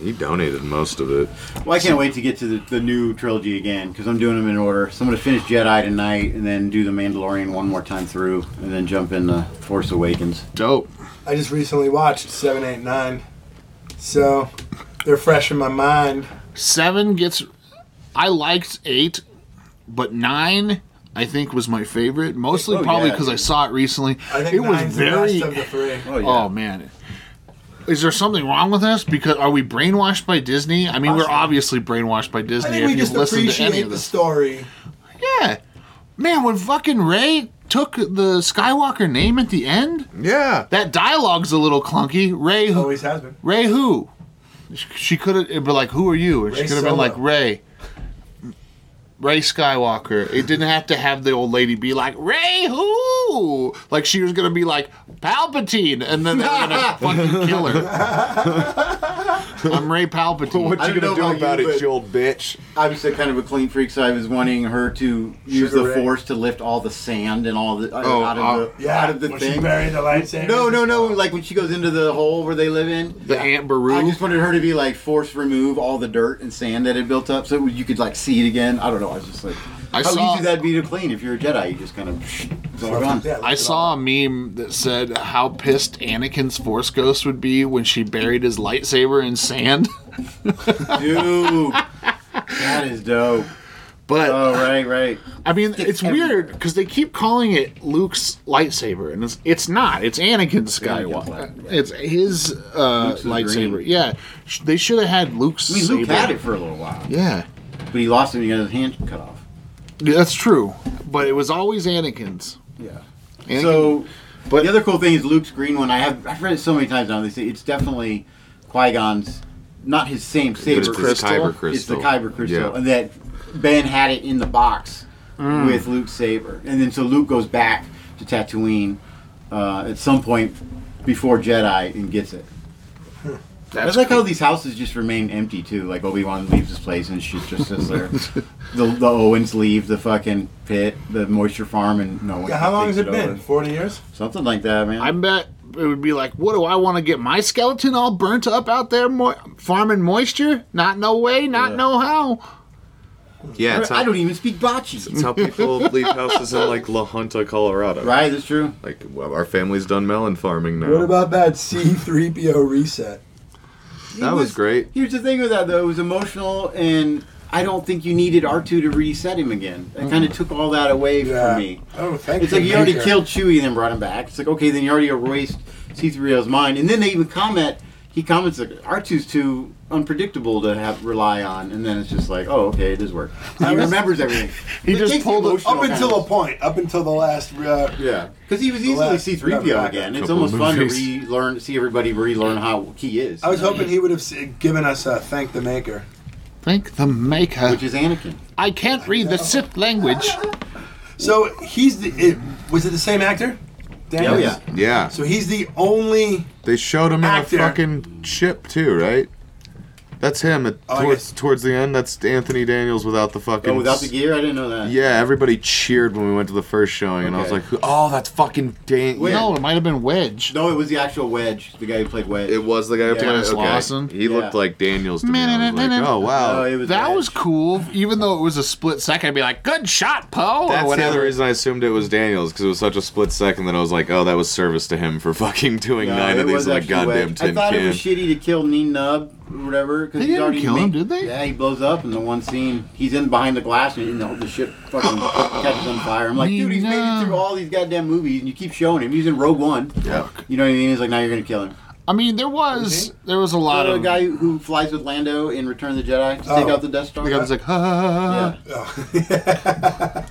S6: He donated most of it.
S5: Well, I can't wait to get to the, the new trilogy again because I'm doing them in order. So I'm going to finish Jedi tonight and then do The Mandalorian one more time through and then jump into Force Awakens.
S4: Dope.
S7: I just recently watched seven, eight, nine, so they're fresh in my mind.
S4: Seven gets. I liked eight, but nine I think was my favorite. Mostly
S5: Oh,
S4: probably
S5: yeah.
S4: because I saw it recently.
S7: I think
S4: it was
S7: nine's
S4: very.
S7: the best of the three.
S5: Oh, yeah.
S4: Oh man, is there something wrong with us? Because are we brainwashed by Disney? I mean, we're
S7: Possibly.
S4: obviously brainwashed by
S7: I
S4: Disney.
S7: think we
S4: if
S7: just
S4: you've listened to any
S7: appreciate
S4: of
S7: the
S4: this,
S7: story.
S4: yeah, man, when fucking Ray took the Skywalker name at the end,
S6: Yeah.
S4: that dialogue's a little clunky. Ray, who
S7: Always has been.
S4: Ray who? She could have been like, "Who are you?" Or she
S7: Ray
S4: could have been
S7: Solo.
S4: like, "Ray, Ray Skywalker." It didn't have to have the old lady be like, "Ray who?" Like she was gonna be like Palpatine, and then they were gonna fucking kill her. I'm Ray Palpatine.
S6: What
S5: I
S6: you
S5: don't
S6: gonna
S5: know
S6: do
S5: about
S6: about
S5: you,
S6: it,
S5: but-
S6: you old bitch?
S5: I was a kind of a clean freak, so I was wanting her to use
S7: Sugar
S5: the
S7: Ray.
S5: Force to lift all the sand and all the
S4: Oh,
S5: out of
S4: uh,
S5: the
S7: Yeah,
S5: out of the
S7: when she
S5: thing.
S7: buried the lightsaber.
S5: No, no, no! Like when she goes into the hole where they live in.
S4: the Aunt Beru.
S5: I just wanted her to be like force remove all the dirt and sand that had built up, so you could like see it again. I don't know. I was just like,
S4: I
S5: how
S4: saw-
S5: easy that'd be to clean if you're a Jedi. You just kind of it's all gone.
S7: Yeah, look
S4: I
S7: at
S4: saw a meme that said how pissed Anakin's Force Ghost would be when she buried his lightsaber in sand.
S5: Dude, that is dope.
S4: But
S5: Oh right, right.
S4: I mean, it's weird because they keep calling it Luke's lightsaber, and it's it's not. It's Anakin Skywalker. It's his uh,
S5: Luke's is
S4: lightsaber.
S5: green.
S4: Yeah, Sh- they should have had Luke's.
S5: I mean, Luke
S4: saber.
S5: had it for a little while,
S4: Yeah.
S5: but he lost it. and He got his hand cut off.
S4: Yeah, that's true. But it was always Anakin's.
S5: Yeah.
S4: Anakin,
S5: So,
S4: but-
S5: the other cool thing is Luke's green one. I have I've read it so many times now. They say it's definitely Qui Gon's, not his same saber.
S6: It's the Kyber crystal.
S5: It's the Kyber crystal,
S6: Yeah.
S5: and that Ben had it in the box
S7: Mm.
S5: with Luke's saber, and then so Luke goes back to Tatooine uh, at some point before Jedi and gets it.
S4: that's
S5: I like
S4: cool.
S5: how these houses just remain empty too. Like Obi Wan leaves his place and shit just sits there. the, the Owens leave the fucking pit, the moisture farm, and no one.
S7: Yeah, how long has
S5: takes
S7: it been?
S5: over.
S7: Forty years.
S5: Something like that, man.
S4: I bet it would be like, what do I want to get my skeleton all burnt up out there, mo- farming moisture? Not no way, not
S5: Yeah.
S4: no how.
S6: Yeah, it's
S5: I
S6: how,
S5: don't even speak bocce.
S6: it's how people leave houses in like La Junta, Colorado.
S5: Right, that's true.
S6: Like well, our family's done melon farming now.
S7: What about that C3PO reset?
S6: that
S5: He
S6: was, great.
S5: Here's the thing with that though, it was emotional and I don't think you needed R2 to reset him again. That kind of took all that away
S7: Yeah.
S5: from me.
S7: Oh, thank
S5: It's
S7: you.
S5: like you already
S7: Major.
S5: killed Chewie and then brought him back. It's like okay, then you already erased C3PO's mind, and then they even comment. He comments like R2's too unpredictable to have rely on, and then it's just like, oh okay, it does work. He remembers everything.
S4: He
S5: It
S4: just
S5: takes the
S4: pulled a-
S5: emotional
S7: Up until a
S5: kind
S7: point, up until the last. Uh,
S5: of- yeah, because he was
S7: Well,
S5: easily C3PO
S7: yeah,
S5: again. It's
S6: couple
S5: almost fun to
S6: movies.
S5: relearn, see everybody relearn how he is,
S7: I was hoping he would have s- given us a thank the maker.
S4: Thank the maker.
S5: which is Anakin.
S4: I can't read the Sith language.
S7: So he's the. It, was it the same actor? Daniels?
S5: Oh yeah.
S6: Yeah,
S7: So he's the only.
S6: they showed him in a
S7: Actor.
S6: fucking ship too, right? That's him at,
S7: Oh, I
S6: towards
S7: guess-
S6: towards the end. That's Anthony Daniels without the fucking.
S5: Oh, without the
S6: s-
S5: gear, I didn't know that.
S6: Yeah, everybody cheered when we went to the first showing, and I was like,
S5: Okay.
S6: "Oh, that's fucking Dan."
S5: Wait.
S4: No, it might have been Wedge.
S5: No, it was the actual Wedge, the guy who played Wedge.
S6: It was the guy who
S5: Yeah.
S6: played
S4: Dennis
S6: okay.
S4: Lawson.
S6: He looked
S5: Yeah.
S6: like Daniels to me. I was like, oh wow.
S5: Oh, it was
S4: that
S5: Wedge.
S4: was cool. Even though it was a split second, I'd be like, "Good shot, Poe," or
S6: That's the
S4: whatever.
S6: other reason I assumed it was Daniels because it was such a split second that I was like, "Oh, that was service to him for fucking doing
S5: No,
S6: nine
S5: it
S6: of these
S5: was
S6: in a
S5: actually
S6: goddamn
S5: Wedge.
S6: tin
S5: I thought
S6: can."
S5: it was shitty to kill Neen Nub whatever. Cause
S4: They
S5: he's
S4: didn't
S5: already
S4: kill him, did they?
S5: Yeah, he blows up in the one scene. He's in behind the glass, and you know, the shit fucking catches on fire. I'm like,
S4: You
S5: dude, he's made
S4: know.
S5: it through all these goddamn movies, and you keep showing him. He's in Rogue One.
S6: Yeah.
S5: You know what I mean? He's like, now you're gonna kill him.
S4: I mean, there was there was a lot
S5: Uh,
S4: of
S5: the guy who flies with Lando in Return of the Jedi to take
S7: Oh.
S5: out the Death Star.
S4: The guy was like, ah.
S5: yeah.
S7: oh.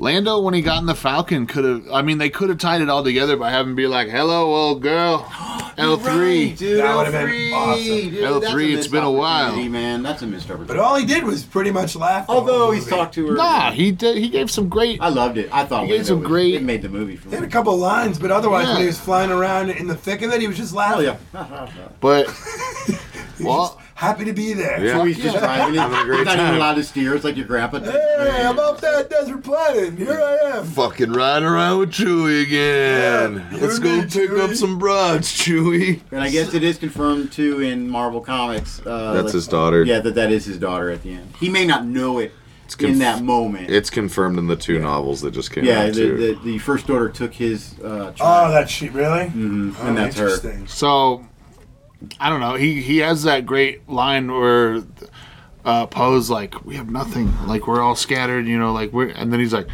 S4: Lando when he got in the Falcon could have. I mean, they could have tied it all together by having be like, "Hello, old girl, L three.
S5: Right, dude,
S7: That
S5: L
S7: would've been
S5: three,
S7: awesome.
S4: L3,
S5: dude, that's a
S4: it's
S5: missed
S4: been a while.
S5: opportunity, man. That's a missed
S7: But
S5: opportunity.
S7: all he did was pretty much laugh. the
S5: Although
S7: whole
S5: he's
S7: movie.
S5: talked to her,
S4: Nah, he did. He gave some great.
S5: I loved it. I thought
S4: He had
S5: Lando
S4: some
S5: was,
S4: great-
S5: It made the movie for
S7: He had a
S5: me.
S7: couple of lines, but otherwise,
S4: Yeah.
S7: when he was flying around in the thick of it, he was just
S5: Oh
S7: laughing.
S5: yeah,
S4: But well,
S7: Happy to be there.
S6: Yeah.
S5: Chewie's just
S4: Yeah.
S5: driving it.
S6: Having a great
S5: He's not even
S6: time.
S5: allowed to steer. It's like your grandpa. did.
S7: Hey, I'm off that desert planet. and Here I am.
S6: Fucking riding around with Chewie again.
S7: Yeah, you
S6: Let's go
S7: did,
S6: pick up
S7: Chewie.
S6: some broads, Chewie.
S5: And I guess it is confirmed too in Marvel Comics. Uh,
S6: That's
S5: that-
S6: his daughter.
S5: Yeah, that that is his daughter at the end. He may not know it in
S6: conf-
S5: that moment.
S6: It's confirmed in the two novels that just came
S5: yeah,
S6: out
S5: the,
S6: too.
S5: the, the first daughter took his uh,
S7: Oh,
S5: child.
S7: that she really? Mm-hmm.
S5: and that's her.
S4: so I don't know. He he has that great line where uh, Poe's like, "We have nothing. Like we're all scattered. You know, like we're." And then he's like,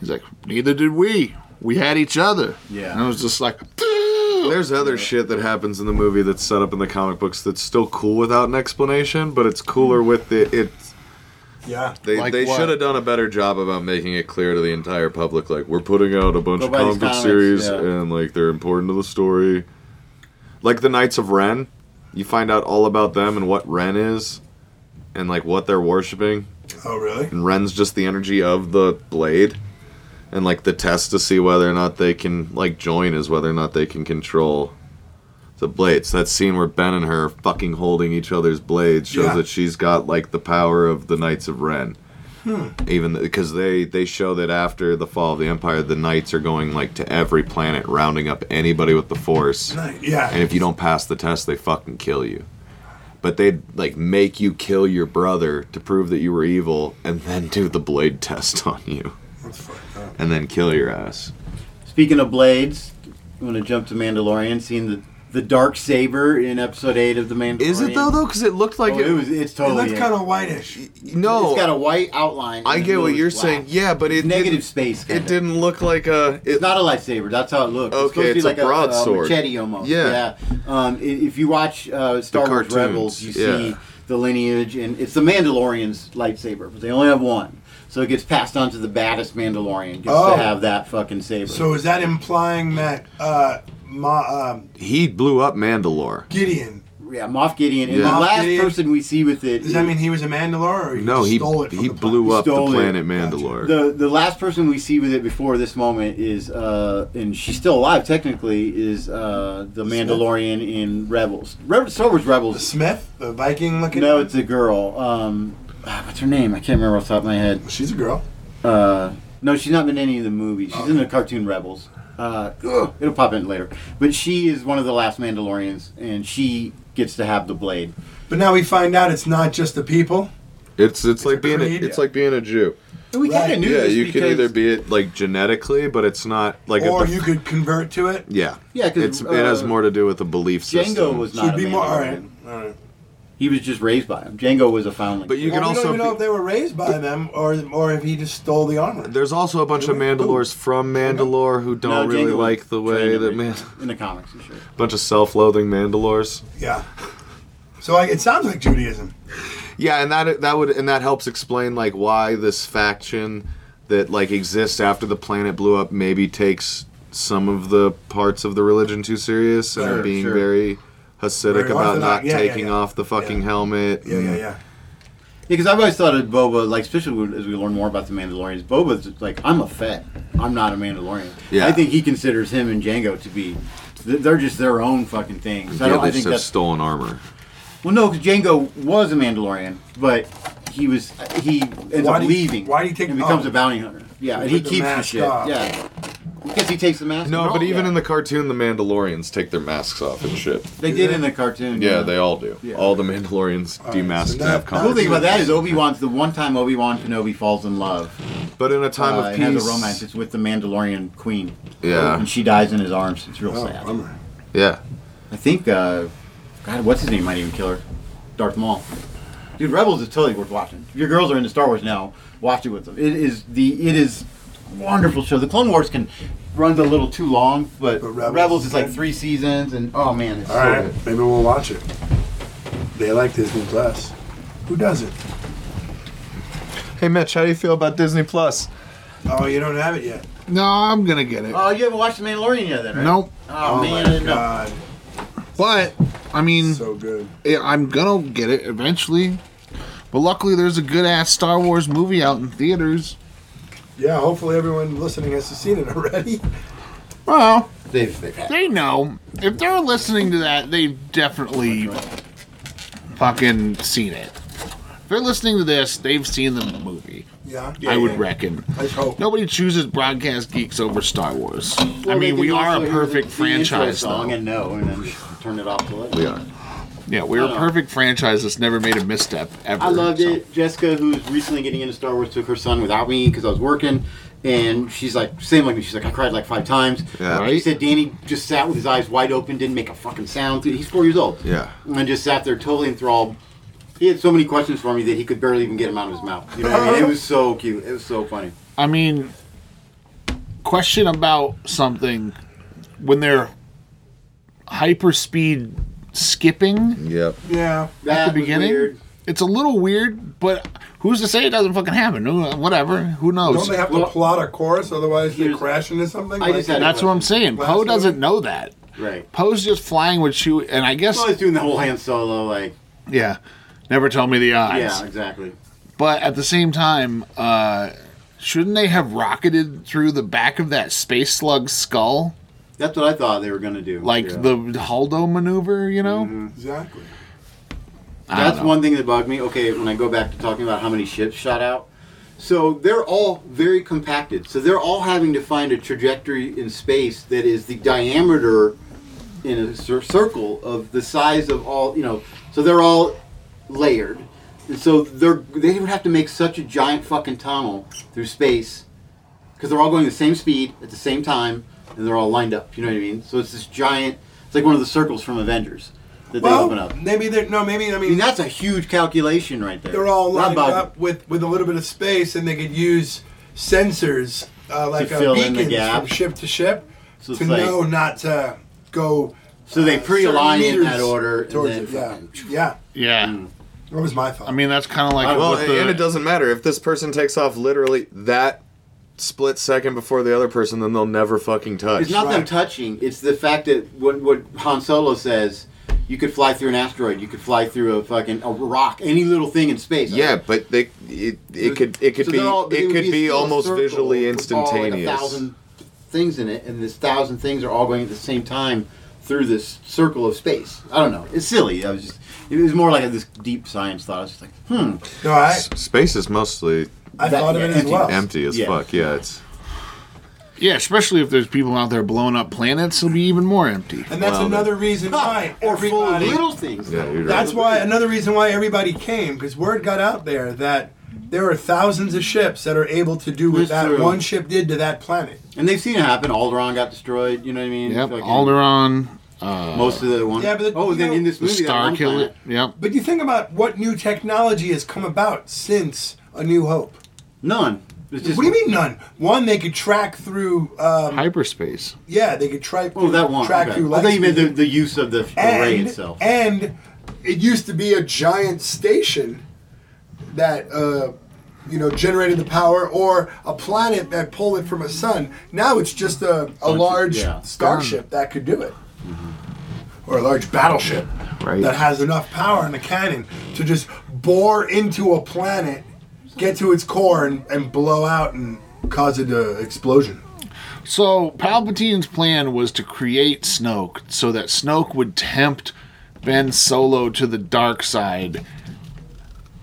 S4: he's like, "Neither did we. We had each other."
S5: Yeah.
S4: And I was just like,
S6: There's other shit that happens in the movie that's set up in the comic books that's still cool without an explanation, but it's cooler with the it.
S7: Yeah.
S6: They,
S4: Like
S6: they
S4: what?
S6: should have done a better job about making it clear to the entire public, like we're putting out a bunch
S5: Go
S6: of
S5: buy these
S6: comic book
S5: comics,
S6: series
S5: yeah.
S6: and like they're important to the story. Like the Knights of Ren, you find out all about them and what Ren is, and like what they're worshiping.
S7: Oh,
S5: Mm-hmm.
S7: really?
S6: and Ren's just the energy of the blade. And like the test to see whether or not they can like join is whether or not they can control the blades. That scene where Ben and her are fucking holding each other's blades shows
S7: Yeah.
S6: that she's got like the power of the Knights of Ren.
S7: Hmm.
S6: Even because they they show that after the fall of the Empire, the Knights are going like to every planet, rounding up anybody with the Force
S7: Nice. Yeah.
S6: and if you don't pass the test, they fucking kill you. But they'd like make you kill your brother to prove that you were evil, and then do the blade test on you,
S7: That's Oh. fucked up.
S6: and then kill your ass.
S5: Speaking of blades, I'm gonna jump to Mandalorian. Seeing the the dark saber in episode eight of the Mandalorian.
S6: Is it though? Though, because it looked like
S5: Oh,
S6: it,
S5: it was. It's
S7: It
S5: totally.
S7: looks
S5: it.
S7: kind of whitish.
S6: No,
S5: It's got a white outline.
S6: I
S5: and the
S6: get what
S5: blue is
S6: you're
S5: black.
S6: saying. Yeah, but it
S5: Negative
S6: didn't-
S5: space.
S6: It
S5: kinda.
S6: didn't look like a. It,
S5: It's not a lightsaber. That's how it looks.
S6: Okay,
S5: it's
S6: it's a
S5: supposed to be like
S6: broadsword.
S5: a machete almost.
S6: Yeah.
S5: Um, i- if you watch uh, Star
S6: The
S5: Wars
S6: cartoons,
S5: Rebels, you see
S6: yeah.
S5: the lineage, and it's the Mandalorian's lightsaber, but they only have one, so it gets passed on to the baddest Mandalorian gets
S7: Oh.
S5: to have that fucking saber.
S7: So is that implying that uh, Ma, um,
S6: he blew up Mandalore.
S7: Gideon?
S5: yeah, Moff Gideon, and
S6: Yeah.
S5: the
S7: Moff
S5: last
S7: Gideon.
S5: person we see with it.
S7: Does that mean he was a Mandalore? Or he
S6: No,
S7: just
S6: he
S7: stole it. From
S6: he
S7: the
S6: blew
S7: planet?
S6: up the
S5: Stole it.
S6: planet Mandalore.
S5: the the last person we see with it before this moment is, uh, and she's still alive technically, is uh, the Mandalorian in Rebels. Rebels Star Wars
S7: The
S5: Rebels.
S7: Smith, the Viking looking.
S5: No, it's a girl. Um, ah, what's her name? I can't remember off the top of my head.
S7: she's a girl.
S5: Uh, no, she's not been in any of the movies. She's in the cartoon Rebels. Uh, ugh, it'll pop in later. But she is one of the last Mandalorians, and she gets to have the blade.
S7: But now we find out it's not just the people.
S6: it's it's like being a,
S7: creed.
S6: it's like being a Jew.
S5: And we
S7: Right.
S5: kind of knew
S6: Yeah,
S5: this
S6: you
S5: because
S6: can either be it like genetically, but it's not like a
S7: or
S6: def-
S7: you could convert to it.
S6: Yeah.
S5: Yeah, 'cause,
S6: it's it has
S5: uh,
S6: more to do with the belief
S5: Django
S6: system.
S5: was
S7: So
S5: not
S7: it'd
S5: a
S7: be more. All right.
S5: Mandalorian.
S7: All right.
S5: He was just raised by him. Django was a foundling.
S6: But you can
S7: Well, we don't
S6: also
S7: even know
S6: be-
S7: if they were raised by them or or if he just stole the armor.
S6: there's also a bunch of Mandalores from Mandalore who
S5: No,
S6: don't
S5: Django
S6: really
S5: was
S6: like the way
S5: trained
S6: that
S5: in-
S6: man
S5: in the comics, for sure.
S6: bunch of self-loathing Mandalores.
S7: Yeah. So like, it sounds like Judaism.
S6: Yeah, and that that would and that helps explain like why this faction that like exists after the planet blew up maybe takes some of the parts of the religion too serious and
S5: Sure,
S6: being
S5: sure.
S6: very Hasidic
S7: Very
S6: about not
S7: orthodox. Yeah, yeah,
S6: taking
S7: yeah.
S6: off the fucking
S7: Yeah.
S6: helmet.
S7: Yeah, yeah, yeah.
S5: Because I've always thought of Boba, like especially as we learn more about the Mandalorians, Boba's like I'm a Fett. I'm not a Mandalorian.
S6: Yeah.
S5: I think he considers him and Django to be. th- They're just their own fucking things. I
S6: Yeah,
S5: don't. I
S6: they
S5: think
S6: just have
S5: that's
S6: stolen armor.
S5: well, no, because Django was a Mandalorian, but he was he ends
S7: Why
S5: up
S7: do you-
S5: leaving.
S7: why do you take
S5: and
S7: the-
S5: becomes
S7: oh.
S5: a bounty hunter? Yeah, and
S7: You
S5: he
S7: put the
S5: keeps the,
S7: mask
S5: shit.
S7: off.
S5: Yeah, because he takes the mask.
S6: No,
S5: off.
S6: but even
S5: Yeah.
S6: in the cartoon, the Mandalorians take their masks off and shit.
S5: they did in the cartoon.
S6: Yeah, they all do.
S5: Yeah.
S6: All the Mandalorians demask
S7: so
S6: and have
S7: now-
S5: The
S7: now
S5: cool
S6: conversations.
S5: thing about that is Obi Wan's the one time Obi Wan Kenobi falls in love.
S6: But in a time
S5: uh,
S6: of
S5: and
S6: peace,
S5: has a romance. It's with the Mandalorian queen.
S6: Yeah.
S7: Oh,
S5: and she dies in his arms. It's real sad.
S7: bummer.
S6: yeah,
S5: I think uh, God, what's his name? Might even kill her. Darth Maul. Dude, Rebels is totally worth watching. If your girls are into Star Wars now, watch it with them. It is the it is a wonderful show. The Clone Wars can runs a little too long, but,
S7: But Rebels
S5: Rebels, is like three seasons, and oh man, it's
S7: All
S5: so
S7: right,
S5: good.
S7: maybe we'll watch it. They like Disney Plus. Who doesn't?
S6: Hey Mitch, how do you feel about Disney Plus?
S7: Oh, you don't have it yet.
S4: No, I'm gonna get it.
S5: Oh, you haven't watched The Mandalorian yet, then? Right?
S4: Nope.
S5: Oh,
S7: Oh
S5: man,
S7: my
S5: no.
S7: god,
S4: But I mean,
S7: so good.
S4: yeah, I'm gonna get it eventually. But luckily, there's a good ass Star Wars movie out in theaters.
S7: Yeah, hopefully everyone listening has seen it already.
S4: Well,
S5: They've, they've had.
S4: they know if they're listening to that, they've definitely fucking seen it. If they're listening to this, they've seen the movie.
S7: Yeah,
S4: I would
S7: yeah.
S4: reckon.
S7: I hope.
S4: Nobody chooses broadcast geeks over Star Wars. I
S5: Well, they
S4: mean, we
S5: can
S4: are
S5: also
S4: a
S5: hear the-
S4: perfect
S5: the intro
S4: franchise,
S5: song
S4: though.
S5: and no, and then turn it off to let.
S4: We are. Yeah, we're a
S5: know.
S4: perfect franchise that's never made a misstep ever.
S5: I loved
S4: so.
S5: it. Jessica, who's recently getting into Star Wars, took her son without me because I was working, and she's like, same like me. She's like, I cried like five times.
S6: Yeah.
S5: She
S4: Right?
S5: said Danny just sat with his eyes wide open, didn't make a fucking sound. Dude, He's four years old.
S6: Yeah.
S5: And just sat there totally enthralled. He had so many questions for me that he could barely even get them out of his mouth. You know what I mean? It was so cute. It was so funny.
S4: I mean, question about something when they're hyper speed skipping.
S6: Yep.
S7: Yeah,
S5: That
S4: the
S5: was
S4: beginning?
S5: weird.
S4: It's a little weird, but who's to say it doesn't fucking happen? Who- Whatever. Who knows?
S7: don't they have to
S5: Oh, Well-
S7: plot a course otherwise they
S5: Here's-
S7: crash into something?
S5: I just had-
S4: That's what I'm saying.
S7: Last
S4: Poe
S7: movie?
S4: doesn't know that.
S5: Right.
S4: Poe's just flying with you, and I guess
S5: Well, he's doing the whole hand solo, like,
S4: yeah. Never tell me the odds.
S5: yeah, exactly.
S4: But at the same time, uh, shouldn't they have rocketed through the back of that space slug's skull,
S5: That's what I thought they were gonna do.
S4: like
S5: Yeah. Mm-hmm.
S4: the Haldo maneuver? You know,
S7: exactly.
S4: I don't
S5: That's
S4: know.
S5: one thing that bugged me. Okay, when I go back to talking about how many ships shot out, so they're all very compacted. So they're all having to find a trajectory in space that is the diameter in a cir- circle of the size of all you know. So they're all layered, and so they're they would have to make such a giant fucking tunnel through space because they're all going the same speed at the same time and they're all lined up. You know what I mean? So it's this giant. It's like one of the circles from Avengers that they open
S7: Well,
S5: up.
S7: maybe they're no, maybe I
S5: I mean,
S7: mean
S5: that's a huge calculation right there.
S7: they're all
S5: That
S7: lined
S5: bugged
S7: up with with a little bit of space, and they could use sensors uh, like uh,
S5: fill in the
S7: beacons
S5: gap.
S7: from ship to ship
S5: So it's
S7: to
S5: like-
S7: know not to go.
S5: So they
S7: uh,
S5: pre-align
S7: certain
S5: in that
S7: meters
S5: order and
S7: towards
S5: then
S7: it, yeah,
S5: fucking-
S7: yeah.
S4: yeah.
S5: Mm-hmm.
S7: That was my thought.
S4: I mean, that's kind of like
S5: Uh,
S6: Well,
S4: what the-
S6: and it doesn't matter if this person takes off literally that split second before the other person, then they'll never fucking touch.
S5: It's not them
S7: right.
S5: touching. It's the fact that what what Han Solo says, you could fly through an asteroid, you could fly through a fucking a rock, any little thing in space.
S6: yeah, but they it, it could it could
S5: So
S6: be
S5: they're all- but
S6: it
S5: would
S6: could be,
S5: still a
S6: almost
S5: circle
S6: visually
S5: with all, like, a
S6: instantaneous.
S5: thousand things in it, and this thousand things are all going at the same time through this circle of space. I don't know. It's silly. I was just. It was more like this deep science thought. I was just like, hmm.
S7: no, I
S6: S- Space is mostly
S7: I
S5: That-
S7: thought of it as
S5: empty-
S7: well.
S6: empty as
S5: Yeah.
S6: fuck. Yeah, it's
S4: yeah, especially if there's people out there blowing up planets, it'll be even more empty.
S7: And that's
S6: Well,
S7: another reason why
S5: or full of
S7: everybody-
S5: little things.
S6: yeah. You're
S7: That's
S6: right.
S7: why another reason why everybody came because word got out there that there are thousands of ships that are able to do what
S5: That's
S7: that
S5: true.
S7: one ship did to that planet.
S5: And they've seen it happen. Alderaan got destroyed. You know what I mean?
S4: Yep,
S5: Fucking-
S4: Alderon,
S5: Most of the ones.
S7: Yeah, but the-
S5: oh,
S7: you
S5: then
S7: know-
S5: in this
S4: the
S5: movie, that
S4: Star
S5: one
S4: Killer.
S5: planet-
S4: Yep.
S7: But you think about what new technology has come about since A New Hope.
S5: None. It's just,
S7: What do you mean none? One, they could track through. Um,
S4: Hyperspace.
S7: yeah, they could track.
S5: Oh, that one.
S7: Track
S5: okay.
S7: through.
S5: I
S7: light
S5: thought you meant the,
S7: speed.
S5: the use of the
S7: and,
S5: array itself.
S7: And it used to be a giant station that uh, you know generated the power, or a planet that pulled it from a sun. Now it's just a, a
S5: of-
S7: large
S5: yeah. Mm-hmm.
S7: starship that could do it, or a large battleship that has enough power in a cannon to just bore into a planet, get to its core, and, and blow out and cause it to explosion.
S4: So Palpatine's plan was to create Snoke so that Snoke would tempt Ben Solo to the dark side,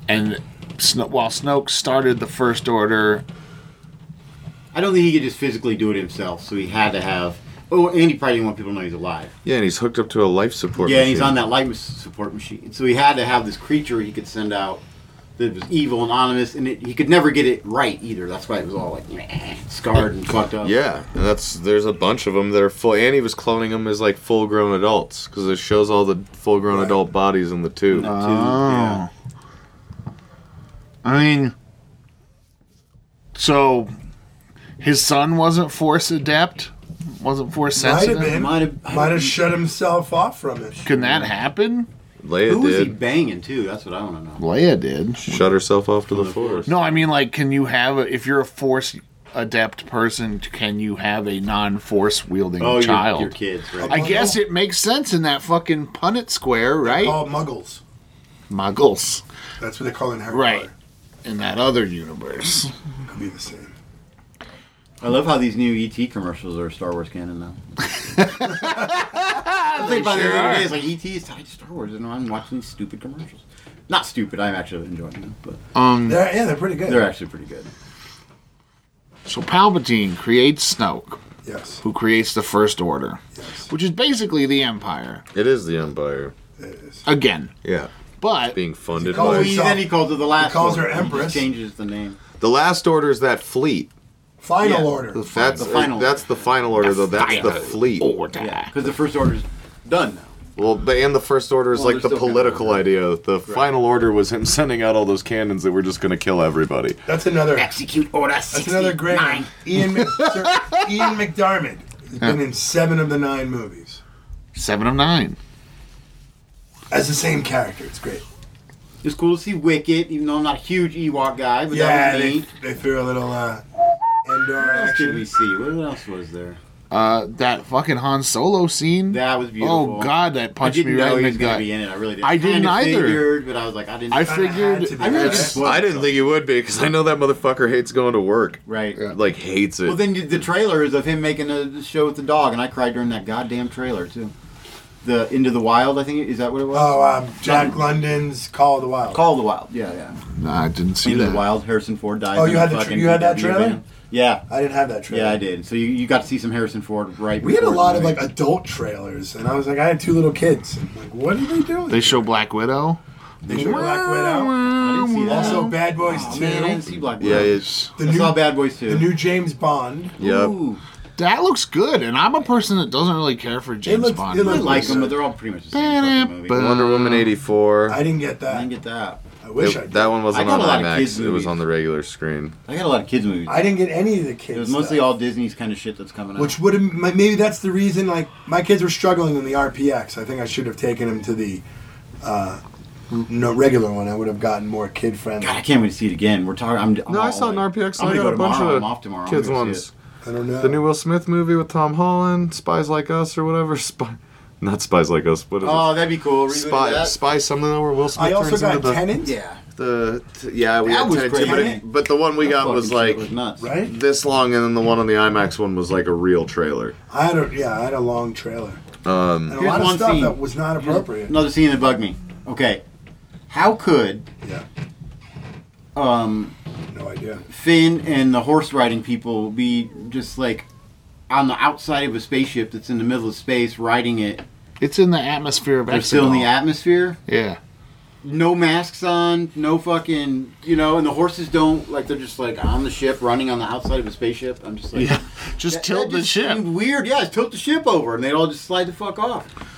S4: and Sno- while Snoke started the First Order,
S5: I don't think he could just physically do it himself, so he had to have. Oh, and he probably didn't want people to know he's alive.
S6: yeah, and he's hooked up to a life support.
S5: Yeah, and he's
S6: machine.
S5: on that light support machine, so he had to have this creature he could send out that was evil and ominous, and it, he could never get it right either. That's why it was all like meh, scarred and fucked up.
S6: Yeah, and that's there's a bunch of them that are full. And he was cloning them as like full grown adults because it shows all the full grown
S7: Right.
S6: adult bodies in the tube.
S5: That too,
S4: Oh.
S5: yeah.
S4: I mean, so his son wasn't force adept, wasn't force
S7: Might have
S4: sensitive.
S7: been.
S5: Might have
S7: Might have shut himself off from it.
S4: Can that happen?
S6: Leia
S5: Who was he
S6: did
S5: banging too? That's what I want to know.
S4: Leia did.
S6: shut herself off to the force.
S4: No, I mean like, can you have a, if you're a force adept person, can you have a non-force wielding
S5: Oh,
S4: child?
S5: Your, your kids, right?
S4: I guess it makes sense in that fucking Punnett Square, right?
S5: Oh.
S7: All muggles.
S4: Muggles,
S7: That's what they call it in Harry
S4: right?
S7: Potter.
S4: In that other universe,
S7: Could be the same.
S5: I love how these new ET commercials are Star Wars canon now. I think about it the other day, it's like ET is tied to Star Wars, and I'm watching these stupid commercials. Not stupid. I'm actually enjoying them, but
S7: They're, yeah, they're pretty good.
S5: Mm. they're actually pretty good.
S4: so Palpatine creates Snoke,
S7: yes.
S4: who creates the First Order,
S7: Yes.
S4: which is basically the Empire
S6: It is the Empire.
S7: It is.
S4: again.
S6: Yeah,
S4: But
S6: being funded
S7: call
S5: Oh,
S7: Oh,
S6: by
S5: he,
S7: he-
S5: then he calls her the last.
S7: calls her
S5: Order. just
S7: Empress.
S5: changes the name.
S6: the last order is that fleet.
S7: Final
S5: Yeah.
S7: order.
S6: That's uh,
S5: The final
S6: that's the final order though. That's the
S4: Final
S6: fleet.
S4: Order.
S5: Yeah, because the first order's done now.
S6: Well, the, and the first order is
S5: Well,
S6: like
S5: they're
S6: the
S5: still kinda
S6: political
S5: order.
S6: idea. The final order was him sending out all those cannons that were just going to kill everybody.
S7: That's another.
S5: Execute order.
S7: That's another great one. Ian, Mc, Sir Ian McDiarmid. He's been in seven of the nine movies
S4: Seven of nine.
S7: as the same character. It's great.
S5: It's cool to see Wicket, even though I'm not a huge Ewok guy, but
S7: yeah,
S5: that was
S7: they,
S5: neat.
S7: they threw a little uh, Endor
S5: What else did we
S7: action.
S5: see? What else was there?
S4: Uh, that fucking Han Solo scene.
S5: That was beautiful.
S4: Oh god, that
S5: I
S4: punched
S5: didn't
S4: me
S5: know
S4: right
S5: he
S4: in
S5: was
S4: the
S5: going
S4: gut.
S5: to be in it. I really didn't.
S4: I didn't
S5: Kinda
S4: either.
S5: Figured, but I was like, I didn't.
S4: I
S7: Kinda had
S4: figured.
S7: to be.
S5: I really
S7: It's-
S5: just
S6: I didn't think he would be because I know that motherfucker hates going to work.
S5: Right.
S6: Like hates it.
S5: Well, then you- the trailer is of him making a show with the dog, and I cried during that goddamn trailer too. The Into the Wild, I think is that what it was?
S7: Oh, um, Jack London's Call of the Wild.
S5: Call of the Wild. Yeah, yeah.
S4: Nah, I didn't see
S5: Into the
S4: that.
S5: Wild. Harrison Ford dies.
S7: Oh,
S5: in
S7: you had the tr-
S5: fucking
S7: you had that
S5: VW
S7: trailer?
S5: van. Yeah.
S7: I didn't have that trailer.
S5: Yeah, I did. So you, you got to see some Harrison Ford right.
S7: We had a
S5: before
S7: lot
S5: the
S7: of
S5: movie.
S7: like adult trailers, and I was like, I had two little kids. I'm like, what are they doing?
S4: They show Black Widow.
S7: They show Black Widow.
S5: I didn't see that.
S7: um, Also, Bad Boys
S5: Oh,
S7: Two.
S5: man, I didn't see Black
S6: yeah,
S5: Widow.
S6: it's
S7: the
S5: I
S7: new
S5: saw Bad Boys too.
S7: the new James Bond.
S6: yep.
S5: Ooh,
S4: That looks good, and I'm a person that doesn't really care for James
S7: looks-
S4: Bond.
S7: it
S5: I
S7: looks-
S4: movies.
S5: like them, but they're all pretty much the same fucking movie.
S6: Wonder Woman eighty four.
S7: I didn't get
S5: I
S7: that.
S5: didn't get that.
S7: I wish I did.
S6: that one wasn't
S5: I got
S6: on
S5: a lot of kids'
S6: IMAX. It
S5: movies.
S6: was on the regular screen.
S5: I got a lot of kids movies.
S7: I didn't get any of the kids.
S5: it was mostly
S7: stuff.
S5: all Disney's kind of shit that's coming out.
S7: Which would have maybe that's the reason. Like my kids were struggling in the RPX. I think I should have taken them to the uh, no regular one. I would have gotten more kid friendly.
S5: God, I can't wait to see it again. We're talking. I'm, I'm
S6: No,
S5: all
S6: I saw an
S5: like-
S6: RPX.
S5: I'm
S6: I
S5: gonna
S6: got
S5: go
S6: a bunch
S5: tomorrow.
S6: of
S5: I'm off tomorrow. I'm
S6: kids
S5: gonna see
S6: ones.
S5: it.
S7: I don't know.
S6: The new Will Smith movie with Tom Holland, Spies Like Us or whatever. Spy, not Spies Like Us. What is
S5: Oh, that'd be cool.
S6: it?
S5: Reboot
S6: Spy,
S5: that.
S6: Spy something where Will Smith
S7: I also
S6: turns
S7: got
S6: into the-
S7: Tenant.
S5: Yeah,
S6: the t- yeah we
S5: That
S6: had
S5: was
S6: Tenet
S5: great.
S6: too, but, it, but the one we got was
S5: Fucking shit,
S6: like
S5: it was nuts.
S7: Right.
S6: this long, and then the one on the IMAX one was like a real trailer.
S7: I had a yeah. I had a long trailer. Um, and a
S5: Here's
S7: lot of
S5: one
S7: stuff
S5: scene.
S7: that was not appropriate.
S5: Another scene that bugged me. Okay, how could
S7: Yeah.
S5: um,
S7: No idea.
S5: Finn and the horse riding people be just like on the outside of a spaceship that's in the middle of space riding it?
S4: it's in the atmosphere of
S5: They're still in the atmosphere.
S4: Yeah.
S5: No masks on. No fucking you know. And the horses don't like. They're just like on the ship running on the outside of a spaceship. I'm just like.
S4: Yeah. Just
S5: That-
S4: tilt
S5: that
S4: the
S5: just
S4: ship.
S5: seemed Weird, yeah. Tilt the ship over, and they'd all just slide the fuck off.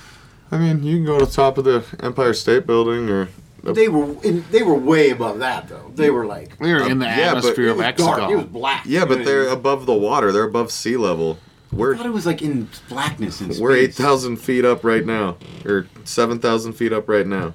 S6: I mean, you can go to the top of the Empire State Building or
S5: They were in, they were way above that though. They were like
S4: We are in the
S6: Uh, yeah, but
S4: atmosphere
S5: it
S4: of
S5: was dark. It was
S4: Exegol.
S5: black.
S6: yeah, but
S5: It
S6: they're
S5: was-
S6: above the water. They're above sea level.
S5: I thought
S6: We're
S5: it was like in blackness in space.
S6: we're eight thousand feet up right now, or seven thousand feet up right now.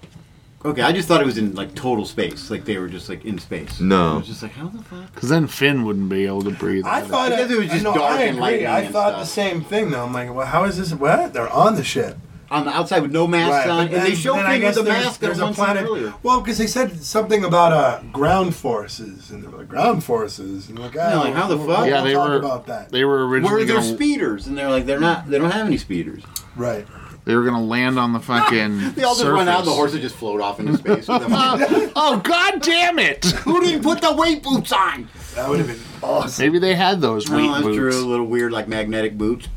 S5: Okay, I just thought it was in like total space. Like they were just like in space.
S6: No.
S5: I was just like how the fuck.
S4: Because then Finn wouldn't be able to breathe.
S7: I
S4: either.
S7: thought
S5: Because it was just
S7: no,
S5: dark
S7: I
S5: and
S7: agree.
S5: lightning
S7: I
S5: and
S7: thought
S5: stuff.
S7: the same thing though. I'm like, well, how is this? What? They're on the ship.
S5: On the outside with no mask
S7: Right,
S5: on,
S7: but
S5: and
S7: then-
S5: they show
S7: then
S5: Finn
S7: I
S5: with
S7: guess
S5: the
S7: there's-
S5: mask
S7: there's
S5: on
S7: a
S5: one
S7: planet.
S5: scene earlier.
S7: Well, because they said something about uh, ground forces, and they were like ground forces, and like, ah,
S5: Yeah, like, how the
S7: we'll-
S5: fuck?
S7: we'll
S4: yeah, they
S7: talk
S4: were.
S7: about that,
S4: They were
S5: Where
S4: originally.
S5: there's
S4: gonna-
S5: speeders, and they're like they're not. They don't have any speeders.
S7: right?
S4: They were gonna land on the fucking.
S5: They all just run out. and The
S4: surface.
S5: horses just float off into space. with them.
S4: Oh god damn it!
S5: Who didn't put the weight boots on?
S7: That would have been awesome.
S4: Maybe they had those wheat
S5: No, Oh, that's
S4: boots.
S5: true. A little weird, like magnetic boots.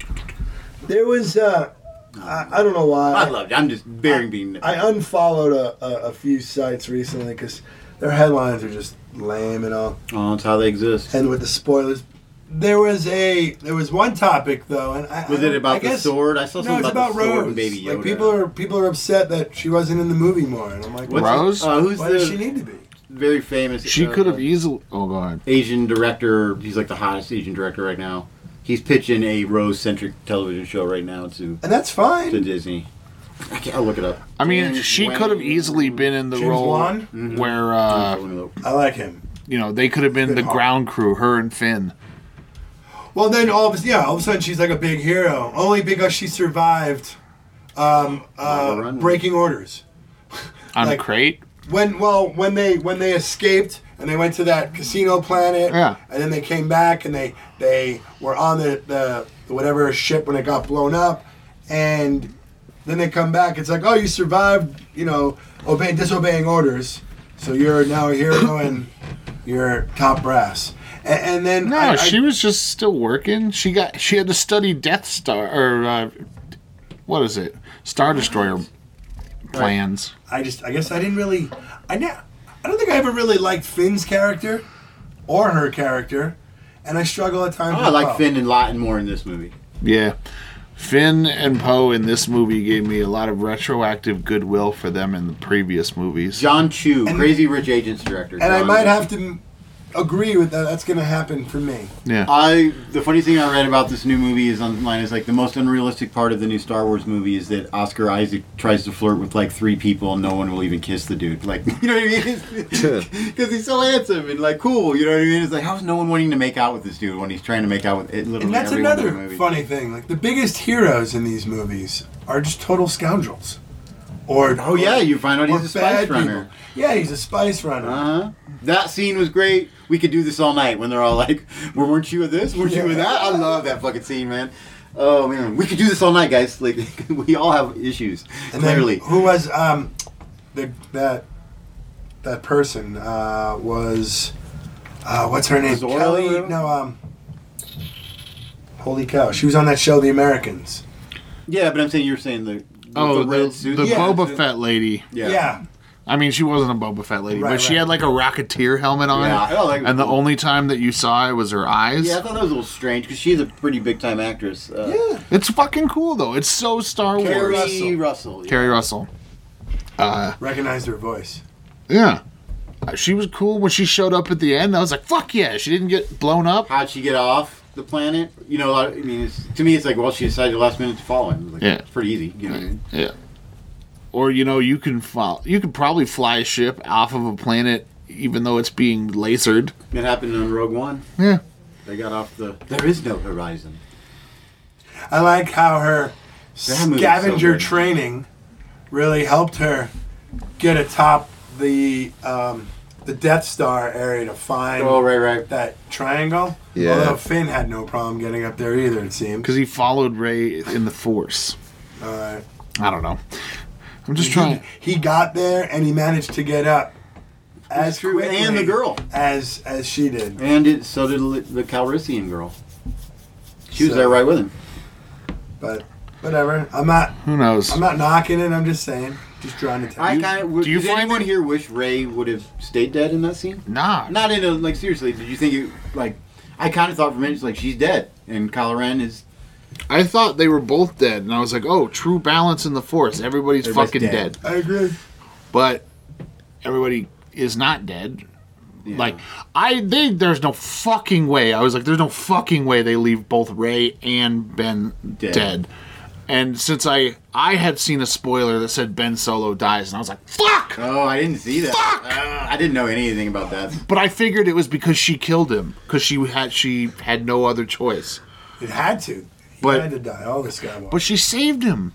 S7: There was, uh, I, I don't know why.
S5: I loved. It. I'm just bearing being.
S7: I unfollowed a, a, a few sites recently because Their headlines are just lame and all.
S5: Well, Oh, that's how they exist.
S7: And with the spoilers, there was a there was one topic though, and I,
S5: Was
S7: I-
S5: it about
S7: I
S5: the
S7: guess-
S5: sword? I saw
S7: No,
S5: something
S7: it's
S5: about,
S7: about
S5: the sword
S7: Rose.
S5: and Baby Yoda.
S7: Like people are people are upset that she wasn't in the movie more, and I'm like,
S5: What's
S4: Rose?
S5: Uh, who's
S7: Why
S5: the
S7: does she need to be?
S5: very famous?
S4: She
S5: uh,
S4: could have easily. Oh god.
S5: Asian director. He's like the hottest Asian director right now. He's pitching a Rose-centric television show right now to
S7: And that's
S5: to
S7: fine.
S5: Disney. I can't, I'll look it up.
S4: I mean, she could have easily been in the
S7: James
S4: role
S7: Mm-hmm. Wan?
S4: where uh,
S5: Oh,
S7: I like him.
S4: you know they could have been the ground crew, her and Finn.
S7: Well, then all of a, yeah, all of a sudden she's like a big hero, only because she survived um,
S5: Lava
S7: uh,
S5: Runway.
S7: breaking orders.
S4: On
S7: Like-
S4: crate,
S7: When well, when they when they escaped and they went to that casino planet,
S4: Yeah.
S7: and then they came back and they they were on the, the whatever ship when it got blown up, and then they come back. It's like, oh, you survived, you know, obey disobeying orders, so you're now a hero and you're top brass. And, and then
S4: no,
S7: I- I-
S4: she was just still working. She got she had to study Death Star or uh, what is it, Star Destroyer plans.
S7: I just I guess I didn't really I ne- I don't think I ever really liked Finn's character or her character, and I struggle at times.
S5: Oh, I
S7: with
S5: like
S7: both.
S5: Finn and Lawton more in this movie.
S4: Yeah. Finn and Poe in this movie gave me a lot of retroactive goodwill for them in the previous movies.
S5: John Chu, Crazy Rich Agents director.
S7: and I
S5: John-
S7: might have to m- agree with that. That's going to happen for me.
S4: Yeah.
S5: I the funny thing I read about this new movie is online is like the most unrealistic part of the new Star Wars movie is that Oscar Isaac tries to flirt with like three people and no one will even kiss the dude. Like you know what I mean? Because he's so handsome and like cool. You know what I mean? It's like how's no one wanting to make out with this dude when he's trying to make out with it, literally
S7: And that's
S5: everyone in the
S7: another
S5: movie.
S7: funny thing. Like the biggest heroes in these movies are just total scoundrels, or
S5: Oh yeah, you find out
S7: or
S5: he's a spice
S7: bad
S5: runner.
S7: people. Yeah, he's a spice runner.
S5: Uh huh. That scene was great. We could do this all night when they're all like, well, "Weren't you with this? Weren't you with that?" I love that fucking scene, man. Oh man, we could do this all night, guys. Like we all have issues.
S7: and
S5: clearly,
S7: then who was um the that that person uh, was uh, what's her name?
S5: Zorro?
S7: Kelly? No, um. Holy cow! She was on that show, The Americans.
S5: yeah. But I'm saying you're saying the
S4: Oh, the, the,
S5: suit.
S7: Yeah.
S4: Boba Fett lady.
S5: Yeah.
S4: I mean, she wasn't a Boba Fett lady,
S7: Right,
S4: but she
S7: right.
S4: had like a Rocketeer helmet on.
S5: Yeah, I don't like-
S4: and the only time that you saw it was her eyes.
S5: Yeah, I thought that was a little strange because she's a pretty big time actress. Uh,
S7: yeah.
S4: It's fucking cool, though. It's so Star
S5: Carrie
S4: Wars.
S5: Russell. yeah.
S4: Carrie Russell.
S7: Recognized her voice.
S4: Yeah. Uh, She was cool when she showed up at the end. I was like, fuck yeah. She didn't get blown up.
S5: How'd she get off the planet? You know, a lot of- I mean, it's, to me, it's like, well, she decided last minute to follow him. Like,
S4: Yeah.
S5: it's pretty easy. You know what I mean?
S4: Yeah. Or you know, you can fly, you could probably fly a ship off of a planet even though it's being lasered.
S5: It happened on Rogue One.
S4: Yeah.
S5: They got off the. There is no horizon.
S7: I like how
S5: That
S7: her
S5: movie's so
S7: scavenger
S5: good.
S7: training really helped her get atop the um, the Death Star area to find
S5: Oh, right, right.
S7: that triangle.
S8: Yeah.
S7: Although Finn had no problem getting up there either, it seemed.
S4: Because he followed Ray in the Force.
S7: All right.
S4: I don't know. I'm just trying.
S7: Uh, He got there and he managed to get up as
S5: true,
S7: quickly
S5: and the girl.
S7: as as she did.
S5: And it, so did li- the Calrissian girl. She was
S7: So-
S5: there right with him.
S7: But whatever. I'm not.
S4: Who knows?
S7: I'm not knocking it. I'm just saying. Just trying to tell
S5: I
S7: you.
S5: kind of.
S4: do you
S5: Did
S4: find
S5: anyone
S4: it-
S5: here wish Ray would have stayed dead in that scene?
S4: Nah.
S5: Not in a like seriously. Did you think it like? I kind of thought for minutes like she's dead and Kylo Ren is
S4: I thought they were both dead, and I was like, oh, true balance in the Force. Everybody's
S5: Everybody's
S4: fucking
S5: dead.
S4: dead.
S7: I agree.
S4: but everybody is not dead.
S5: Yeah.
S4: Like I, they there's no fucking way. I was like, there's no fucking way they leave both Ray and Ben
S5: Dead.
S4: dead. And since I I had seen a spoiler that said Ben Solo dies, and I was like, fuck.
S5: Oh, I didn't see that.
S4: Fuck!
S5: Ah, I didn't know anything about that.
S4: But I figured it was because she killed him, because she had she had no other choice.
S7: It had to. He
S4: But-
S7: had to die. All this guy was.
S4: But she saved him.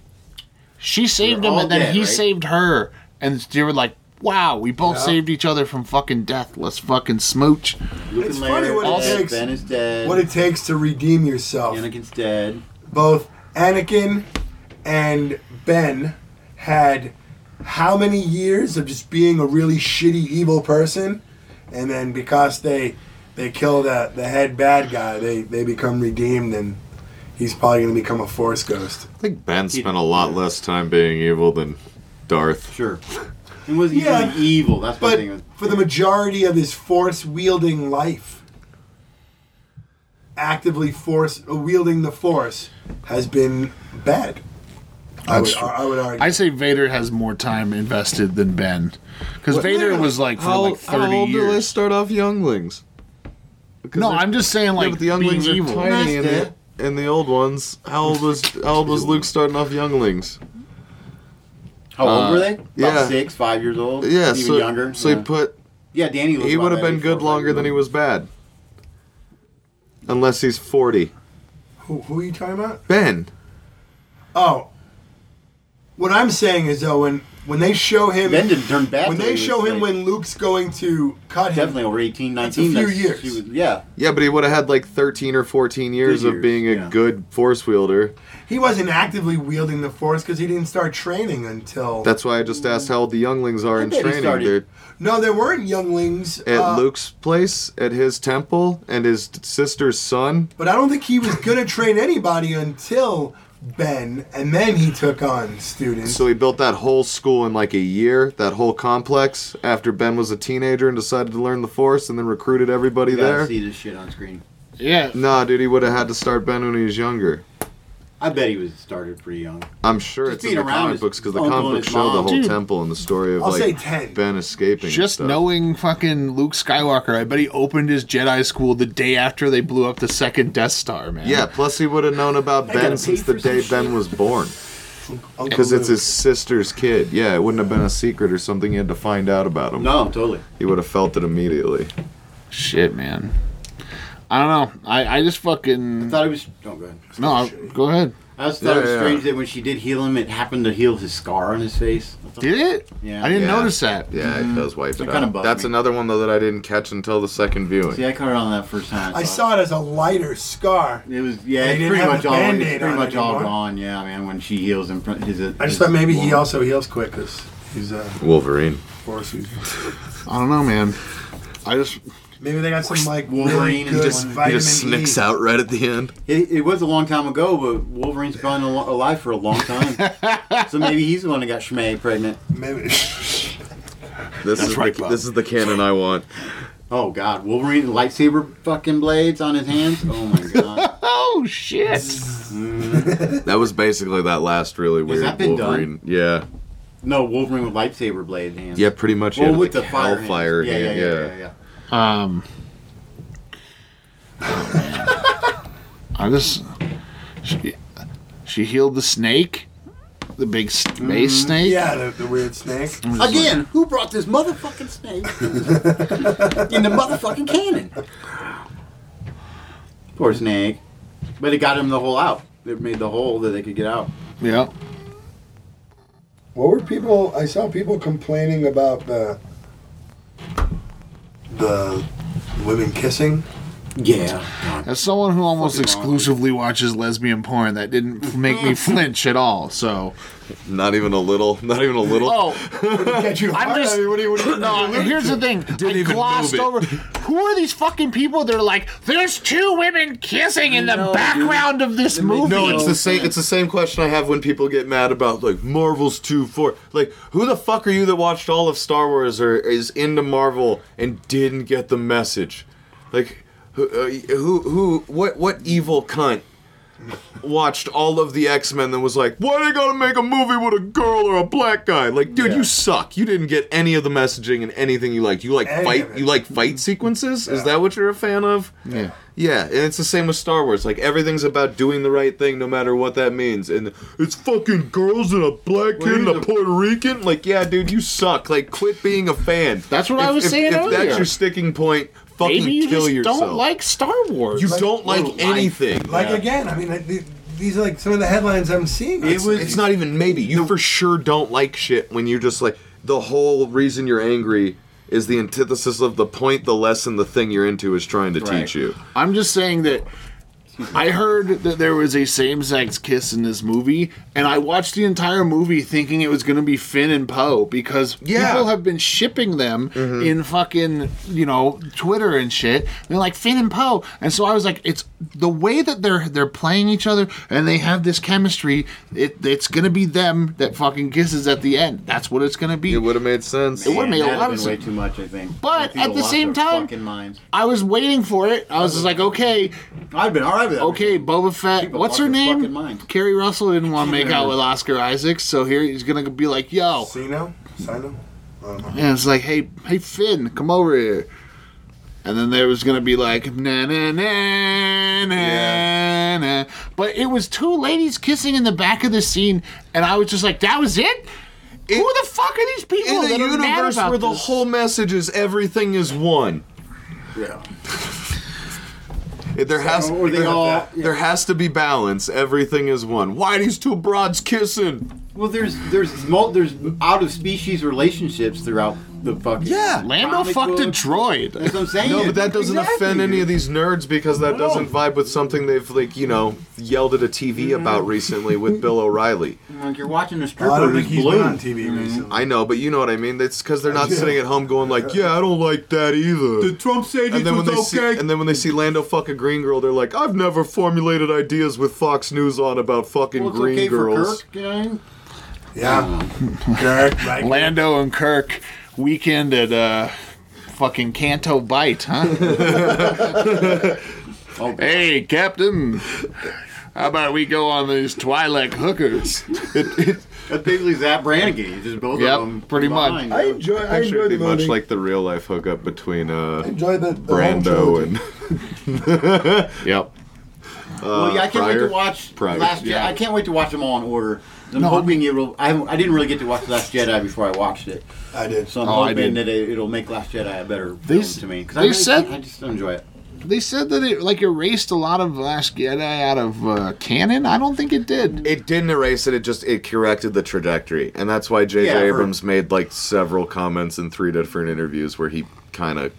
S4: She saved
S5: They're
S4: him,
S5: all
S4: and then
S5: dead,
S4: he
S5: right?
S4: saved her. And they were like, wow, we both saved each other from fucking death. Let's fucking smooch.
S5: Luke
S7: It's
S5: and Leia
S7: funny
S5: are
S7: what it
S5: dead,
S7: takes-
S5: Ben is dead.
S7: What it takes to redeem yourself.
S5: Anakin's dead.
S7: Both Anakin and Ben had how many years of just being a really shitty evil person, and then because they they kill the the head bad guy, they they become redeemed and. He's probably going to become a force ghost.
S6: I think Ben spent a lot less time being evil than Darth.
S5: Sure. He was, he
S7: Yeah.
S5: was evil. That's what I think.
S7: But for the majority of his force wielding life, actively force wielding the force has been bad. I would, I would argue.
S4: I say Vader has more time invested than Ben, because Vader was like for
S6: How,
S4: like
S6: how
S4: thirty
S6: old do they
S4: years.
S6: start off younglings? 'Cause
S4: No,
S6: they're-
S4: I'm just saying like
S6: yeah, but the younglings
S4: being
S6: are
S4: evil.
S6: tiny in the, in the old ones. How old was how old was Luke starting off younglings?
S5: How old were they? About
S6: yeah.
S5: six, five years old.
S6: Yeah,
S5: even
S6: so,
S5: younger.
S6: so
S5: yeah.
S6: he put
S5: yeah, Danny. looked
S6: he
S5: about
S6: would have
S5: that
S6: been
S5: age
S6: good
S5: for a
S6: longer than he was bad. Unless he's forty.
S7: who, who are you talking about?
S6: Ben.
S7: Oh, what I'm saying is though, when when they show him,
S5: Ben didn't turn bad.
S7: when
S5: till he
S7: they
S5: was,
S7: show him
S5: like,
S7: when Luke's going to cut him,
S5: definitely over 18,
S7: That's a
S5: 19.
S7: few
S5: that's-
S7: years.
S5: he was- yeah,
S6: Yeah, but he would have had like thirteen or fourteen years,
S5: Good
S6: of
S5: years,
S6: being a
S5: yeah.
S6: good force wielder.
S7: he wasn't actively wielding the force because he didn't start training until.
S6: That's why I just asked how old the younglings are
S5: I
S6: in
S5: bet he
S6: training.
S5: started-
S7: no, there weren't younglings.
S6: They're at
S7: uh,
S6: Luke's place, at his temple, and his t- sister's son.
S7: But I don't think he was gonna train anybody until Ben, and then he took on students.
S6: So he built that whole school in like a year, that whole complex. After Ben was a teenager and decided to learn the Force, and then recruited everybody
S5: you gotta
S6: there.
S5: see this shit on screen.
S4: Yeah,
S6: Nah, dude, he would have had to start Ben when he was younger.
S5: I bet he was started pretty young.
S6: I'm sure
S5: Just
S6: it's in
S5: being
S6: the
S5: around
S6: comic
S5: his
S6: books because the
S5: uncle
S6: comic
S5: and
S6: books
S5: his
S6: show the
S5: mom.
S6: whole
S4: Dude.
S6: temple and the story of
S7: I'll say
S6: like
S7: 10.
S6: Ben escaping. and
S4: just
S6: stuff.
S4: knowing fucking Luke Skywalker, I bet he opened his Jedi school the day after they blew up the second Death Star, man.
S6: Yeah, plus he would have known about Ben
S7: gotta
S6: since
S7: pay
S6: the
S7: for some
S6: day
S7: shit.
S6: Ben was born.
S7: Uncle
S6: Because it's
S7: Luke.
S6: his sister's kid. Yeah, it wouldn't have been a secret or something. You had to find out about him.
S5: No, totally.
S6: He would have felt it immediately.
S4: Shit, man. I don't know. I, I just
S5: I
S6: Hmm.
S4: fucking
S5: thought he was. Oh, go ahead.
S4: no. I- go ahead.
S5: I just thought it was
S6: Yeah, yeah.
S5: strange that when she did heal him, it happened to heal his scar on his face.
S4: Did it?
S5: Yeah.
S4: I didn't
S6: Yeah.
S4: notice that.
S6: Yeah, it does wipe it
S5: It kinda
S6: out.
S5: bugged
S6: That's
S5: me.
S6: another one, though, that I didn't catch until the second viewing.
S5: See, I caught it on that first time.
S7: I saw it as a lighter scar.
S5: It was yeah,
S7: They
S5: it's
S7: didn't
S5: pretty
S7: have
S5: much
S7: the
S5: all
S7: Band-Aid
S5: it's pretty
S7: on
S5: much all
S7: anymore.
S5: gone. Yeah, man. When she heals in front, his,
S7: I just
S5: his-
S7: thought maybe he also heals quick because he's a
S6: Wolverine.
S7: force user.
S4: I don't know, man. I just
S7: Maybe they got some like
S5: Wolverine,
S7: Wolverine
S5: he
S7: really good
S5: just-
S7: vitamin
S6: he just snicks
S7: E.
S6: out right at the end.
S5: It, it was a long time ago, but Wolverine's been al- alive for a long time, so maybe he's the one that got Shmay pregnant.
S7: Maybe.
S6: This is
S4: right,
S6: the,
S4: Bob.
S6: this is the canon I want.
S5: Oh God, Wolverine lightsaber fucking blades on his hands. Oh my God,
S4: oh shit.
S6: That was basically that last really weird
S5: that been done?
S6: Wolverine. Yeah,
S5: no Wolverine with lightsaber blade hands.
S6: yeah, pretty much. he
S5: Well,
S6: had
S5: with the, fire hands.
S6: Hellfire
S5: Yeah, yeah,
S6: hand,
S5: yeah, yeah, yeah.
S4: Um. I just she she healed the snake, the big s- base
S6: Mm,
S4: snake.
S7: Yeah, the, the weird snake.
S5: Again, who brought this motherfucking snake in the motherfucking cannon? Poor snake. But it got him the hole out. It made the hole that they could get out.
S4: Yeah.
S7: What were people? I saw people complaining about the the women kissing.
S5: Yeah.
S4: As someone who almost
S5: Fucking wrong.
S4: exclusively watches lesbian porn, that didn't f- make me flinch at all. So
S6: Not even a little. Not even a little.
S5: Oh,
S7: Get you
S4: I'm
S7: hard.
S4: just.
S7: I mean, what do you- what do you-
S4: no, here's the thing. I
S6: even move
S4: glossed
S6: it.
S4: over. Who are these fucking people that are like, there's two women kissing in the background of this movie?
S6: No, it's the
S5: No
S6: same.
S5: sense.
S6: It's the same question I have when people get mad about like Marvel's too far. Like, who the fuck are you that watched all of Star Wars or is into Marvel and didn't get the message? Like, who, uh, who, who, what, what evil cunt watched all of the X Men and was like, why they gotta make a movie with a girl or a black guy? Like, dude,
S5: Yeah.
S6: you suck. You didn't get any of the messaging and anything you liked. You like
S7: Any of
S6: fight.
S7: it.
S6: You like fight sequences. Is that what you're a fan of?
S4: Yeah.
S6: Yeah, and it's the same with Star Wars. Like everything's about doing the right thing, no matter what that means. And it's fucking girls and a black kid and a Puerto Rican. Like, yeah, dude, you suck. Like, quit being a fan.
S4: That's what I
S6: If-
S4: was
S6: if-
S4: saying
S6: If
S4: earlier.
S6: that's your sticking point, fucking
S4: Maybe you
S6: kill
S4: just
S6: yourself.
S4: don't like Star Wars.
S6: You don't like
S5: Little life.
S6: anything.
S7: Like
S5: Yeah.
S7: again, I mean, like, the- these are like some of the headlines I'm seeing.
S5: It was
S6: It's not even maybe. You for sure don't like shit when you're just like the whole reason you're angry is the antithesis of the point, the lesson, the thing you're into is trying to
S5: Right.
S6: teach you.
S4: I'm just saying that I heard that there was a same-sex kiss in this movie, and I watched the entire movie thinking it was going to be Finn and Poe because
S6: Yeah. Mm-hmm.
S4: people have been shipping them in fucking you know Twitter and shit. And they're like Finn and Poe, and so I was like, it's the way that they're they're playing each other and they have this chemistry. It, it's going to be them that fucking kisses at the end. That's what it's going to be.
S6: It would have made sense.
S4: It would have made a
S5: That'd
S4: lot
S5: been
S4: of
S5: way
S4: sense.
S5: too much, I think.
S4: But
S5: I think people
S4: at the
S5: lost
S4: same
S5: their
S4: time-
S5: fucking minds.
S4: I was waiting for it. I was just like, okay,
S5: I've been all right with that.
S4: Okay, Boba Fett.
S5: People
S4: what's her
S5: lost their
S4: name?
S5: fucking mind.
S4: Carrie Russell didn't want to make out with Oscar Isaac, so here he's gonna be like, "Yo,"
S7: Sino? Sino? Um, I don't know.
S4: and it's like, "Hey, hey, Finn, come over here." And then there was gonna be like, "Na na na na na," but it was two ladies kissing in the back of the scene, and I was just like, "That was it." Who the fuck are these people?
S6: in a
S4: that are mad
S6: universe
S4: about
S6: where the
S4: this?
S6: whole message is everything is one.
S5: Yeah.
S6: There has
S5: or they
S6: there,
S5: all-
S6: there has to be balance. Everything is one. Why these two broads kissing?
S5: Well, there's there's mul- there's out of species relationships throughout the fucking
S6: Yeah.
S4: Lando
S5: comic
S4: fucked a
S5: books.
S4: droid.
S5: That's what I'm saying.
S6: No, but that doesn't
S5: Exactly,
S6: offend any
S5: dude.
S6: of these nerds because that
S5: No.
S6: doesn't vibe with something they've like you know yelled at a TV
S4: Mm-hmm.
S6: about recently with Bill O'Reilly.
S5: Like you're watching a
S7: I
S5: stripper
S7: don't think
S5: who's
S7: he's
S5: blue.
S7: been on TV recently.
S6: I know, but you know what I mean. It's because they're not sitting at home going like, "Yeah, I don't like that either."
S5: Trump said
S6: and then when they see, and then when they see Lando fuck a green girl, they're like, "I've never formulated ideas with Fox News on about fucking
S5: well, it's
S6: green
S5: okay
S6: girls."
S5: for Kirk. You know?
S7: Yeah. Dirk, right?
S4: Lando and Kirk weekend at uh, fucking Canto Bite, huh? Oh, hey, Captain. How about we go on these Twi'lek hookers?
S5: That's basically Zap Brannigan. It's Just both
S4: Yep,
S5: of them.
S4: pretty much.
S5: combined.
S7: I enjoy, I
S6: Actually,
S7: enjoy
S6: it'd
S7: the
S6: be much
S7: movie.
S6: like the real life hookup between uh,
S7: enjoy the, the whole
S6: Brando
S7: trilogy.
S6: and
S4: yep.
S5: well, yeah, I can't
S6: Pryor.
S5: wait to watch
S6: Pryor,
S5: Last Jedi.
S4: yeah.
S5: I can't wait to watch them all in order. I'm hoping it will. I, haven't- I didn't really get to watch Last Jedi before I watched it,
S7: I did.
S5: so I'm
S4: Oh, I
S5: hoping
S4: did.
S5: that it, it'll make Last Jedi a better
S4: They
S5: film
S4: s-
S5: to me. 'Cause I
S4: they
S5: really
S4: said-
S5: I just enjoy it.
S4: They said that it like erased a lot of Last Jedi out of uh, canon. I don't think it did.
S6: It didn't erase it. It just it corrected the trajectory, and that's why J.J.
S5: Yeah, I've heard-
S6: Abrams made like several comments in three different interviews where he kind of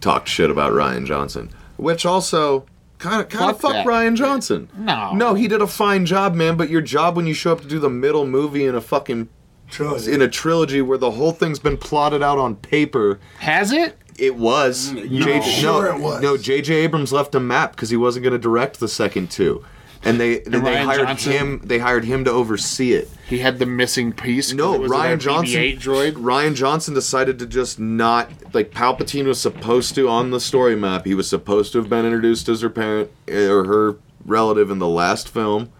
S6: talked shit about Ryan Johnson, which also kind of kind of
S4: Fuck
S6: fucked
S4: that.
S6: Ryan Johnson.
S4: No.
S6: no, he did a fine job, man. But your job when you show up to do the middle movie in a fucking
S7: Trilogy.
S6: in a trilogy where the whole thing's been plotted out on paper
S4: Has it?
S6: it was. JJ,
S7: Mm, Sure
S6: no,
S7: it was.
S6: No, J.J. Abrams left a map because he wasn't going to direct the second two, and they they,
S4: Ryan
S6: hired
S4: Johnson?
S6: him. They hired him to oversee it.
S4: He had the missing piece. 'cause it
S6: No,
S4: was
S6: Ryan
S4: in that
S6: Johnson.
S4: BB-8 droid.
S6: Ryan Johnson decided to just not like Palpatine was supposed to on the story map. He was supposed to have been introduced as her parent eh, or her relative in the last film.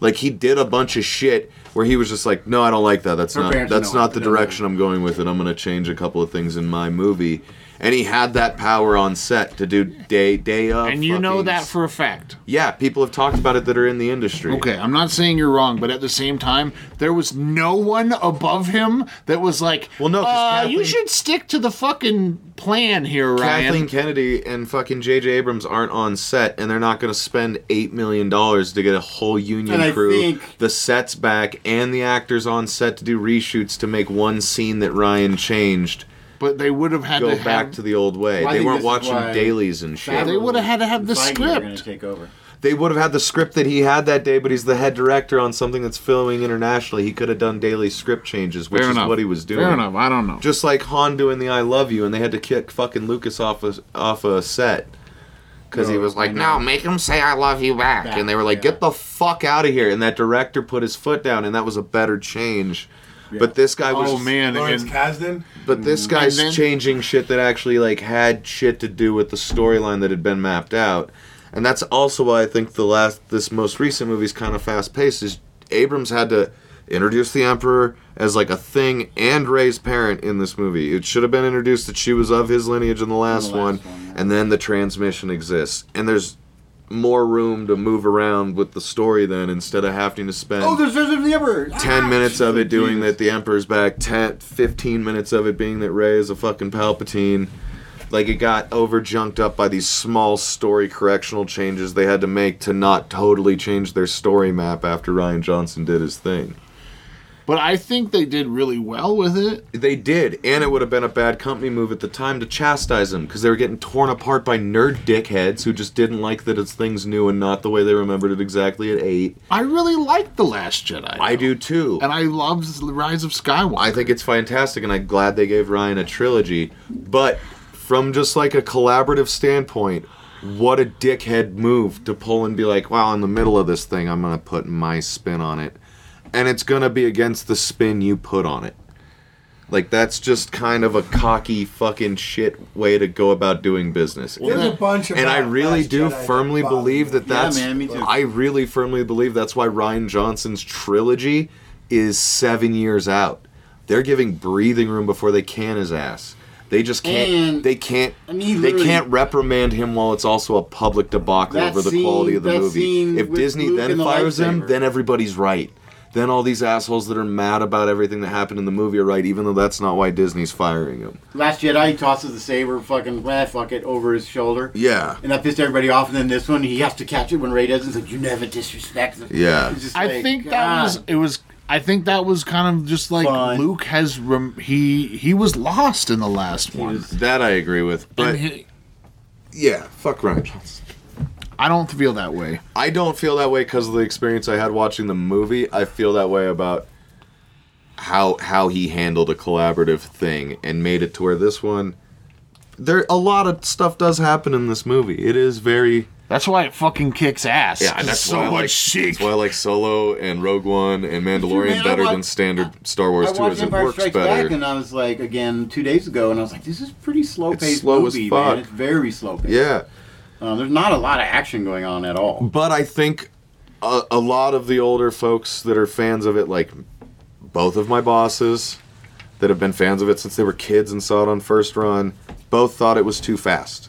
S6: Like he did a bunch of shit where he was just like, "No, I don't like that. That's
S5: Her
S6: not
S5: parents
S6: that's
S5: know.
S6: not the
S5: No, no, no.
S6: direction I'm going with it. I'm going to change a couple of things in my movie." And he had that power on set to do day day of.
S4: And you know
S6: fucking-
S4: that for a fact.
S6: yeah, people have talked about it that are in the industry.
S4: Okay, I'm not saying you're wrong, but at the same time, there was no one above him that was like,
S6: Well, no, 'cause
S4: uh, you
S6: Kathleen-
S4: should stick to the fucking plan here, Ryan."
S6: Kathleen Kennedy and fucking J.J. Abrams aren't on set, and they're not going to spend eight million dollars to get a whole union
S5: And I
S6: crew,
S5: think-
S6: the sets back, and the actors on set to do reshoots to make one scene that Ryan changed
S4: but they would have had
S6: go
S4: to
S6: back
S4: have,
S6: to the old way.
S5: Well, I
S6: they
S5: think
S6: weren't
S5: this is
S6: watching
S5: why
S6: dailies and shit.
S4: They would've had to have the
S5: Feige are gonna
S4: script.
S5: take over.
S6: They would have had the script that he had that day, but he's the head director on something that's filming internationally. He could have done daily script changes, which
S4: Fair
S6: is
S4: enough.
S6: what he was doing.
S4: Fair enough. I don't know.
S6: Just like Han doing the "I love you," and they had to kick fucking Lucas off a, off a set because he was like, "No, make him say I love you back,"
S5: Back,
S6: and they were like,
S5: yeah.
S6: "Get the fuck out of here!" And that director put his foot down, and that was a better change. But this guy was,
S4: oh man,
S7: Lawrence
S4: and-
S7: Kasdan.
S6: but this guy's
S4: And then-
S6: changing shit that actually like had shit to do with the storyline that had been mapped out, and that's also why I think the last this most recent movie's kind of fast paced. Is Abrams had to introduce the Emperor as like a thing and Ray's parent in this movie. It should have been introduced that she was of his lineage in the last,
S5: last
S6: one,
S5: one, yeah.
S6: and then the transmission exists, and there's more room to move around with the story then instead of having to spend
S5: Oh, there's Vision of the Emperor.
S6: 10 minutes of it doing
S5: Jesus.
S6: that the emperor's back 10 15 minutes of it being that ray is a fucking palpatine like it got over junked up by these small story correctional changes they had to make to not totally change their story map after ryan johnson did his thing
S4: But I think they did really well with it.
S6: They did, and it would have been a bad company move at the time to chastise them because they were getting torn apart by nerd dickheads who just didn't like that it's things new and not the way they remembered it exactly at eight.
S4: I really liked The Last Jedi.
S6: I
S4: though.
S6: do too.
S4: And I loved The Rise of Skywalker.
S6: I think it's fantastic, and I'm glad they gave Ryan a trilogy. But from just like a collaborative standpoint, what a dickhead move to pull and be like, "Wow, in the middle of this thing, I'm gonna put my spin on it," and it's gonna be against the spin you put on it. Like that's just kind of a cocky fucking shit way to go about doing business.
S7: There's a bunch of
S6: and I
S7: Last
S6: really do
S7: Jedi that
S6: firmly
S7: bother
S6: believe
S7: me.
S6: that
S5: Yeah,
S6: that's.
S5: man, me too.
S6: I really firmly believe that's why Ryan Johnson's trilogy is seven years out. They're giving breathing room before they can his ass. They just can't.
S5: And-
S6: they can't.
S5: and he
S6: they
S5: literally-
S6: can't reprimand him while it's also a public debacle
S5: That
S6: over the
S5: scene-
S6: quality of the
S5: that
S6: movie.
S5: scene
S6: If
S5: with
S6: Disney
S5: Luke
S6: then
S5: and the
S6: fires him,
S5: lightsaber.
S6: then everybody's right. Then all these assholes that are mad about everything that happened in the movie are right, even though that's not why Disney's firing him.
S5: Last Jedi he tosses the saber, fucking ah, fuck it, over his shoulder.
S6: Yeah.
S5: And that pissed everybody off. And then this one, he has to catch it when Ray does. it. It's like you never disrespect. Them.
S6: Yeah.
S5: It's just
S4: I
S5: like,
S4: think that
S5: God.
S4: was it was I think that was kind of just like
S5: Fun.
S4: Luke has rem- he he was lost in the last one.
S6: That I agree with. But
S4: And he-
S6: yeah, fuck Ryan Johnson.
S4: I don't feel that way.
S6: I don't feel that way because of the experience I had watching the movie. I feel that way about how how he handled a collaborative thing and made it to where this one. There a lot of stuff does happen in this movie. It is very
S4: That's why it fucking kicks ass.
S6: yeah.
S4: 'cause
S6: That's
S4: so
S6: why I
S4: much
S6: like,
S4: chic.
S6: That's why I like Solo and Rogue One and Mandalorian
S5: Man, I
S6: better than
S5: watched-
S6: standard Star Wars two.
S5: I
S6: Is
S5: watched
S6: it
S5: Empire
S6: works
S5: Strikes
S6: better?
S5: Back, and I was like, again, two days ago, and I was like, this is pretty slow
S6: It's
S5: paced
S6: slow as
S5: movie,
S6: fuck.
S5: man. It's very slow paced.
S6: yeah.
S5: Uh, there's not a lot of action going on at all.
S6: But I think a, a lot of the older folks that are fans of it, like both of my bosses that have been fans of it since they were kids and saw it on first run, both thought it was too fast.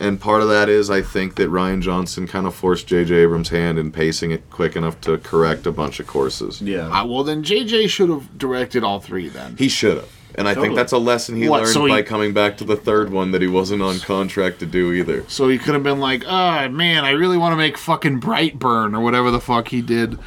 S6: And part of that is I think that Ryan Johnson kind of forced J.J. Abrams' hand in pacing it quick enough to correct a bunch of courses.
S5: Yeah.
S4: Ah, well, then JJ should have directed all three then.
S6: He should have. And I think
S5: Totally.
S6: that's a lesson he
S4: What,
S6: learned
S4: so he-
S6: by coming back to the third one that he wasn't on contract to do either.
S4: So he could have been like, oh man, I really want to make fucking Brightburn or whatever the fuck he did.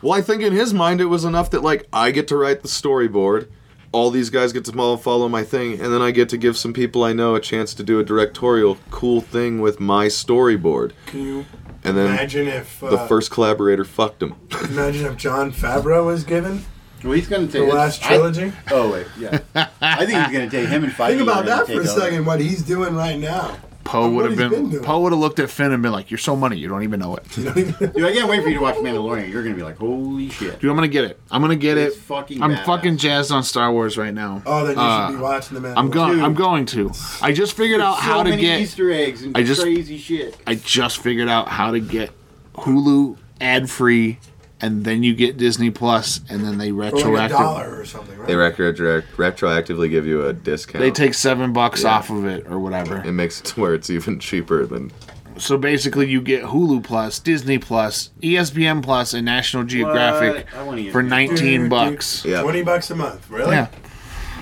S6: Well, I think in his mind it was enough that like I get to write the storyboard, all these guys get to mo- follow my thing, and then I get to give some people I know a chance to do a directorial cool thing with my storyboard.
S7: Can you
S6: And then
S7: imagine if uh,
S6: the first collaborator fucked him.
S7: imagine if John Favreau was given
S5: Well, he's going to
S7: the
S5: take
S7: last
S5: I-
S7: trilogy?
S5: oh, wait. Yeah. I think he's going to take him and fight.
S7: Think about that for a second. What he's doing right now.
S4: Poe
S7: What
S4: would have
S7: he's
S4: been,
S7: been doing.
S4: Poe would have looked at Finn and been like, "You're so money, you don't even know it." Dude,
S5: Dude, I can't wait for you to watch Mandalorian. You're going to be like, holy shit.
S4: I'm gonna get it. I'm gonna get
S5: It's
S4: it.
S5: fucking
S4: I'm
S5: badass.
S4: fucking jazzed on Star Wars right now.
S7: Oh, then you
S4: Uh,
S7: should be watching the man.
S4: I'm going. I'm going to. I just figured out
S5: So
S4: how to
S5: many
S4: get.
S5: Easter eggs and
S4: I just-
S5: crazy shit.
S4: I just figured out how to get Hulu ad free, and then you get Disney Plus, and then they
S7: for like a
S4: retroactive.
S7: dollar or something, right?
S6: They retro- retroactively give you a discount.
S4: They take seven bucks off of it or
S6: It
S4: whatever.
S6: makes it to where it's even cheaper than
S4: So basically, you get Hulu Plus, Disney Plus, E ESPN Plus, and National Geographic
S5: I wanna get
S4: for
S5: that.
S4: nineteen bucks.
S6: Yeah.
S7: Twenty bucks a month, really?
S4: Yeah.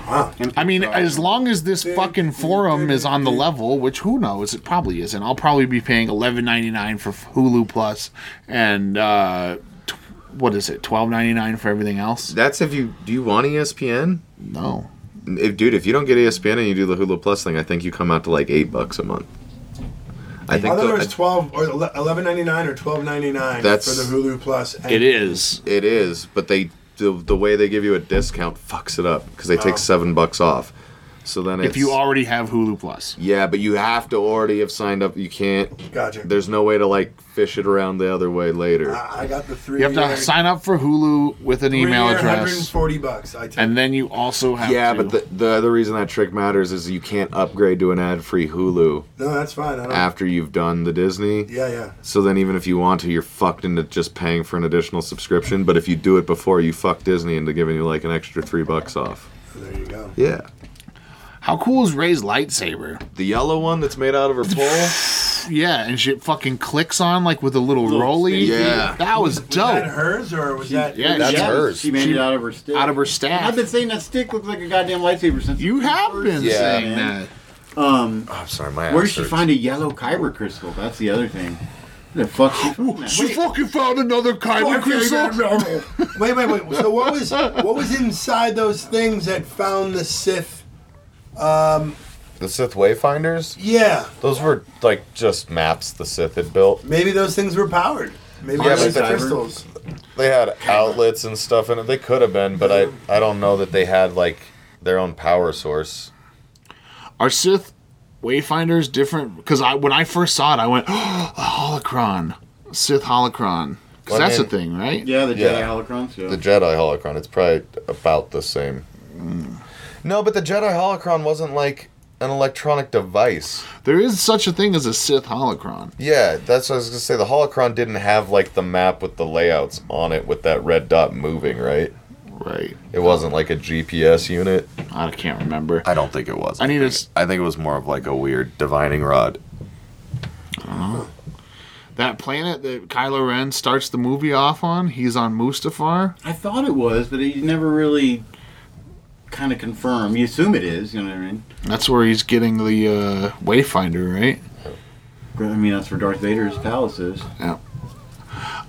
S7: Wow.
S4: I mean, as
S6: um,
S4: long as this fucking forum is on the level, which who knows, it probably isn't. I'll probably be paying eleven ninety nine for Hulu Plus, and uh, t- what is it, twelve ninety nine for everything else?
S6: That's if you do you want E ESPN?
S4: No,
S6: If, dude, if you don't get E ESPN and you do the Hulu Plus thing, I think you come out to like eight bucks a month. I
S7: I
S6: think
S7: thought
S6: the-
S7: it was twelve or eleven ninety nine or twelve ninety nine for
S6: That's-
S7: the Hulu Plus. And
S4: it is.
S6: It is, but they the, the way they give you a discount fucks it up because they take seven bucks off. So then it's,
S4: Oh. If you already have Hulu Plus,
S6: yeah, but you have to already have signed up. You can't.
S7: Gotcha.
S6: There's no way to like fish it around the other way later.
S7: I I got the three.
S4: you have to sign up for Hulu with an email
S7: Hundred and
S4: address,
S7: forty bucks. I tell
S4: and then you also have
S6: yeah,
S4: to-
S6: but the, the other reason that trick matters is you can't upgrade to an ad-free Hulu
S7: you. No, that's fine.
S4: Oh.
S7: I don't.
S6: after you've done the Disney.
S7: yeah, yeah.
S6: So then, even if you want to, you're fucked into just paying for an additional subscription. But if you do it before, you fuck Disney into giving you like an extra three bucks off.
S7: There you go.
S6: Yeah,
S4: how cool is Ray's lightsaber?
S6: the yellow one that's made out of her pole.
S4: Yeah, and she fucking clicks on like with a little, rolly.
S6: spinny Yeah. thing.
S4: that was
S7: Was that
S4: dope.
S7: hers or was that?
S4: Yeah,
S8: That's
S4: yeah.
S8: hers.
S5: She made
S4: She-
S5: it out of her stick.
S4: Out of her
S5: I've
S4: staff.
S5: been saying that stick looks like a goddamn lightsaber since.
S4: You have been
S8: Yeah,
S4: saying
S5: man.
S4: that.
S5: Um,
S8: I'm sorry, my
S5: where does she
S8: hurts.
S5: find a yellow kyber crystal? That's the other thing. The fuck she from that?
S4: She fucking found another kind of crystal.
S7: wait, wait, wait. So what was what was inside those things that found the Sith?
S6: The Sith Wayfinders?
S7: Yeah,
S6: Those were like just maps the Sith had built.
S7: maybe those things were powered. Maybe
S6: Yeah,
S7: those
S6: but
S7: are
S6: they-
S7: crystals.
S6: They had outlets and stuff in it. They could have been, but I I don't know that they had like their own power source.
S4: Are Sith Wayfinders different? Because I when I first saw it, I went, oh, a holocron. Sith holocron. Because
S6: Well, I
S4: that's
S6: mean-
S4: a thing, right?
S5: Yeah, the Jedi
S6: Yeah.
S5: holocrons. Yeah.
S6: The Jedi holocron, it's probably about the same. No, but the Jedi holocron wasn't like an electronic device.
S4: There is such a thing as a Sith holocron.
S6: Yeah, that's what I was gonna say. The holocron didn't have like the map with the layouts on it with that red dot moving, right?
S4: Right.
S6: It wasn't like a GPS unit.
S4: I can't remember.
S6: I don't think it was.
S4: I need a s-
S6: I think it was more of like a weird divining rod.
S4: That planet that Kylo Ren starts the movie off on, he's on Mustafar.
S5: I thought it was, but you never really kind of confirm. You assume it is. You know what I mean?
S4: That's where he's getting the uh, Wayfinder, right?
S5: But, I mean, that's where Darth Vader's palace is.
S4: Yeah.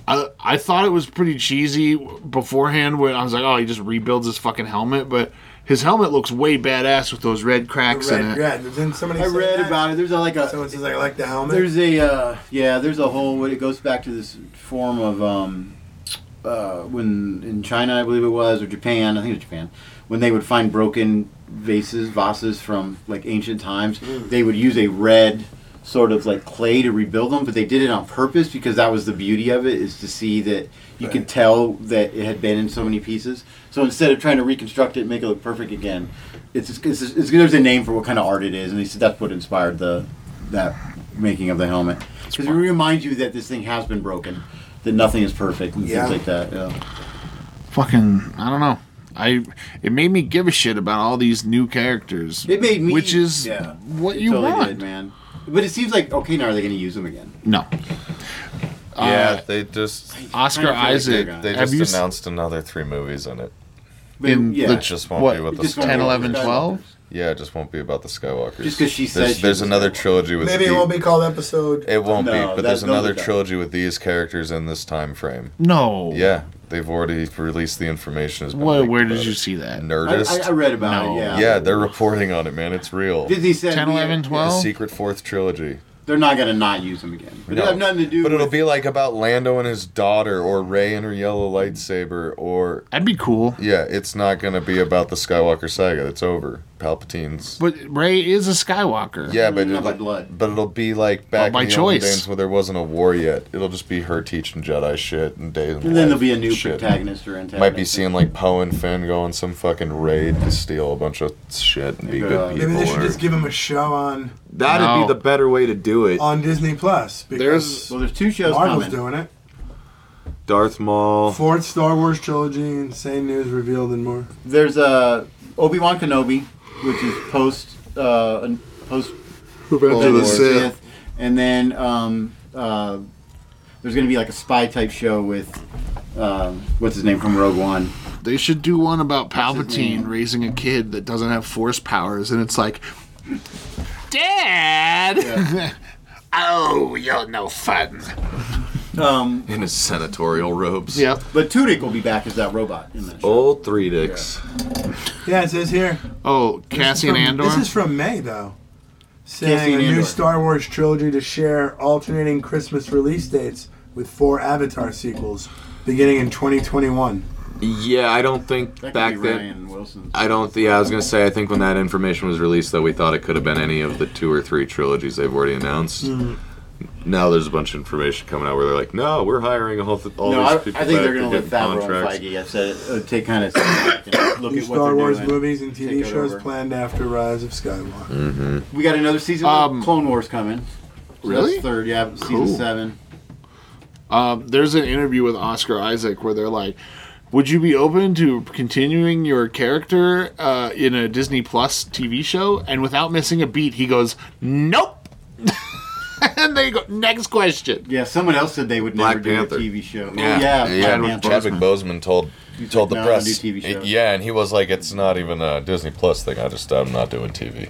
S4: I, I thought it was pretty cheesy beforehand when I was like, oh, he just rebuilds his fucking helmet, but his helmet looks way badass with those red cracks in
S7: Red,
S4: it.
S7: red. Didn't somebody
S5: I
S7: say
S5: read
S7: that?
S5: about it. There's a, like a
S7: Someone says I like the helmet.
S5: There's a uh, yeah. There's a whole. It goes back to this form of um, uh, when in China, I believe it was, or Japan. I think it was Japan. When they would find broken vases, vases from like ancient times, they would use a red sort of like clay to rebuild them. But they did it on purpose because that was the beauty of it is to see that you could tell that it had been in so many pieces. So instead of trying to reconstruct it, and make it look perfect again, it's, it's, it's there's a name for what kind of art it is, and he said that's what inspired the that making of the helmet because it reminds you that this thing has been broken, that nothing is perfect and
S7: Yeah.
S5: things like that. Yeah.
S4: Fucking, I don't know. I it made me give a shit about all these new characters.
S5: It made me,
S4: which is
S5: yeah,
S4: what
S5: it
S4: you
S5: totally
S4: want.
S5: did, man. But it seems like okay, now are they going to use them again?
S4: No, Uh,
S5: Uh,
S6: yeah, they just
S4: Oscar
S5: Kinda feel like
S4: Isaac.
S5: they're gonna-
S6: they
S4: have
S6: just
S4: you s-
S6: announced another three movies in it.
S5: But,
S4: In
S5: yeah,
S4: the
S6: It just won't
S4: What?
S6: be with
S5: It
S6: the
S5: just won't be
S6: Skywalkers.
S4: 10, 11,
S5: Skywalkers.
S4: 12?
S6: Yeah, it just won't be about the Skywalkers.
S5: Just 'cause she
S6: there's,
S5: said she
S6: there's
S5: was
S6: another
S5: Skywalker.
S6: trilogy with
S7: maybe it
S6: the-
S7: won't be called episode.
S6: It won't
S5: No,
S6: be, but
S5: that-
S6: there's
S5: those are
S6: another
S5: done.
S6: trilogy with these characters in this time frame.
S4: No.
S6: Yeah, they've already released the information. Has been
S4: Where,
S6: leaked
S4: where
S6: about
S4: did you
S6: it.
S4: see that?
S5: I,
S6: Nerdist.
S5: I, I read about
S4: No.
S5: it. Yeah.
S6: yeah, they're reporting on it, man. It's real.
S5: Disney said
S4: 10,
S5: we-
S4: 11,
S6: The
S4: 12?
S6: secret fourth trilogy.
S5: They're not going to not use them again. But
S6: No.
S5: it'll have nothing to do.
S6: But
S5: with,
S6: it'll be like about Lando and his daughter, or Ray and her yellow lightsaber, or
S4: That'd be cool.
S6: yeah, it's not gonna be about the Skywalker saga. It's over. Palpatine's.
S4: But Ray is a Skywalker.
S6: Yeah, but
S5: Not by
S6: it'll,
S5: blood.
S6: but it'll be like back
S4: by
S6: in the olden
S4: choice.
S6: days where there wasn't a war yet. It'll just be her teaching Jedi shit and days.
S5: And then there'll be a new
S6: shit.
S5: protagonist or antagonist.
S6: Might be seeing like Poe and Finn go on some fucking raid to steal a bunch of shit and be
S5: Yeah.
S6: good people.
S7: Maybe they should
S6: or-
S7: just give him a show on
S6: That'd
S4: No.
S6: be the better way to do it.
S7: on Disney Plus because
S5: Well, there's two shows
S7: Marvel's
S5: coming.
S7: doing it.
S6: Darth Maul.
S7: Fourth Star Wars trilogy, insane news revealed, and more.
S5: There's uh, Obi Wan Kenobi, which is post uh, an- post Revenge
S6: the
S5: of
S6: Sith.
S5: and then um, uh, there's going to be like a spy type show with um, what's his name from Rogue One.
S4: They should do one about
S5: his name?
S4: Palpatine raising a kid that doesn't have force powers, and it's like, Dad! oh, you're no fun.
S5: Um,
S6: In his senatorial robes. Oh,
S4: Yep.
S5: but Tudyk will be back as that robot in that show.
S6: Old three dicks.
S7: Yeah, it says here.
S4: Oh, Cassian
S7: from-
S4: Andor?
S7: This is from May though. Saying
S5: Cassian
S7: a new
S5: Andor.
S7: Star Wars trilogy to share alternating Christmas release dates with four Avatar sequels beginning in 2021.
S6: Yeah, I don't think
S5: That could
S6: back
S5: be
S6: then.
S5: Ryan Wilson.
S6: I don't. Yeah, I was gonna say. I think when that information was released, though, we thought it could have been any of the two or three trilogies they've already announced.
S5: Mm-hmm.
S6: Now there's a bunch of information coming out where they're like, "No, we're hiring a whole th- all
S5: No,
S6: these
S5: I, I
S6: people."
S5: think they're going to
S6: going
S5: let
S6: to
S5: Favreau
S6: contracts.
S5: and Feige. I said uh, take kind of look
S7: New
S5: at what
S7: Star
S5: they're
S7: Wars
S5: doing.
S7: movies and TV
S5: Take it
S7: shows
S5: over.
S7: planned after Rise of Skywalker.
S5: We got another season
S4: Um,
S5: of Clone Wars coming. So that's
S4: Really?
S5: third, yeah, season
S4: Cool.
S5: seven.
S4: Um, there's an interview with Oscar Isaac where they're like, would you be open to continuing your character uh, in a Disney Plus TV show? And without missing a beat, he goes, nope. and they go, next question.
S5: Yeah, someone else said they would
S9: Black
S5: never
S9: Panther.
S5: do a TV show.
S9: Yeah.
S5: Oh, yeah,
S6: yeah,
S5: Black Panther.
S6: Chadwick Boseman told
S5: He's
S6: told
S5: like,
S6: the
S5: "No, I don't
S6: press.
S5: do TV shows."
S6: Yeah, and he was like, "It's not even a Disney Plus thing. I just I'm not doing TV."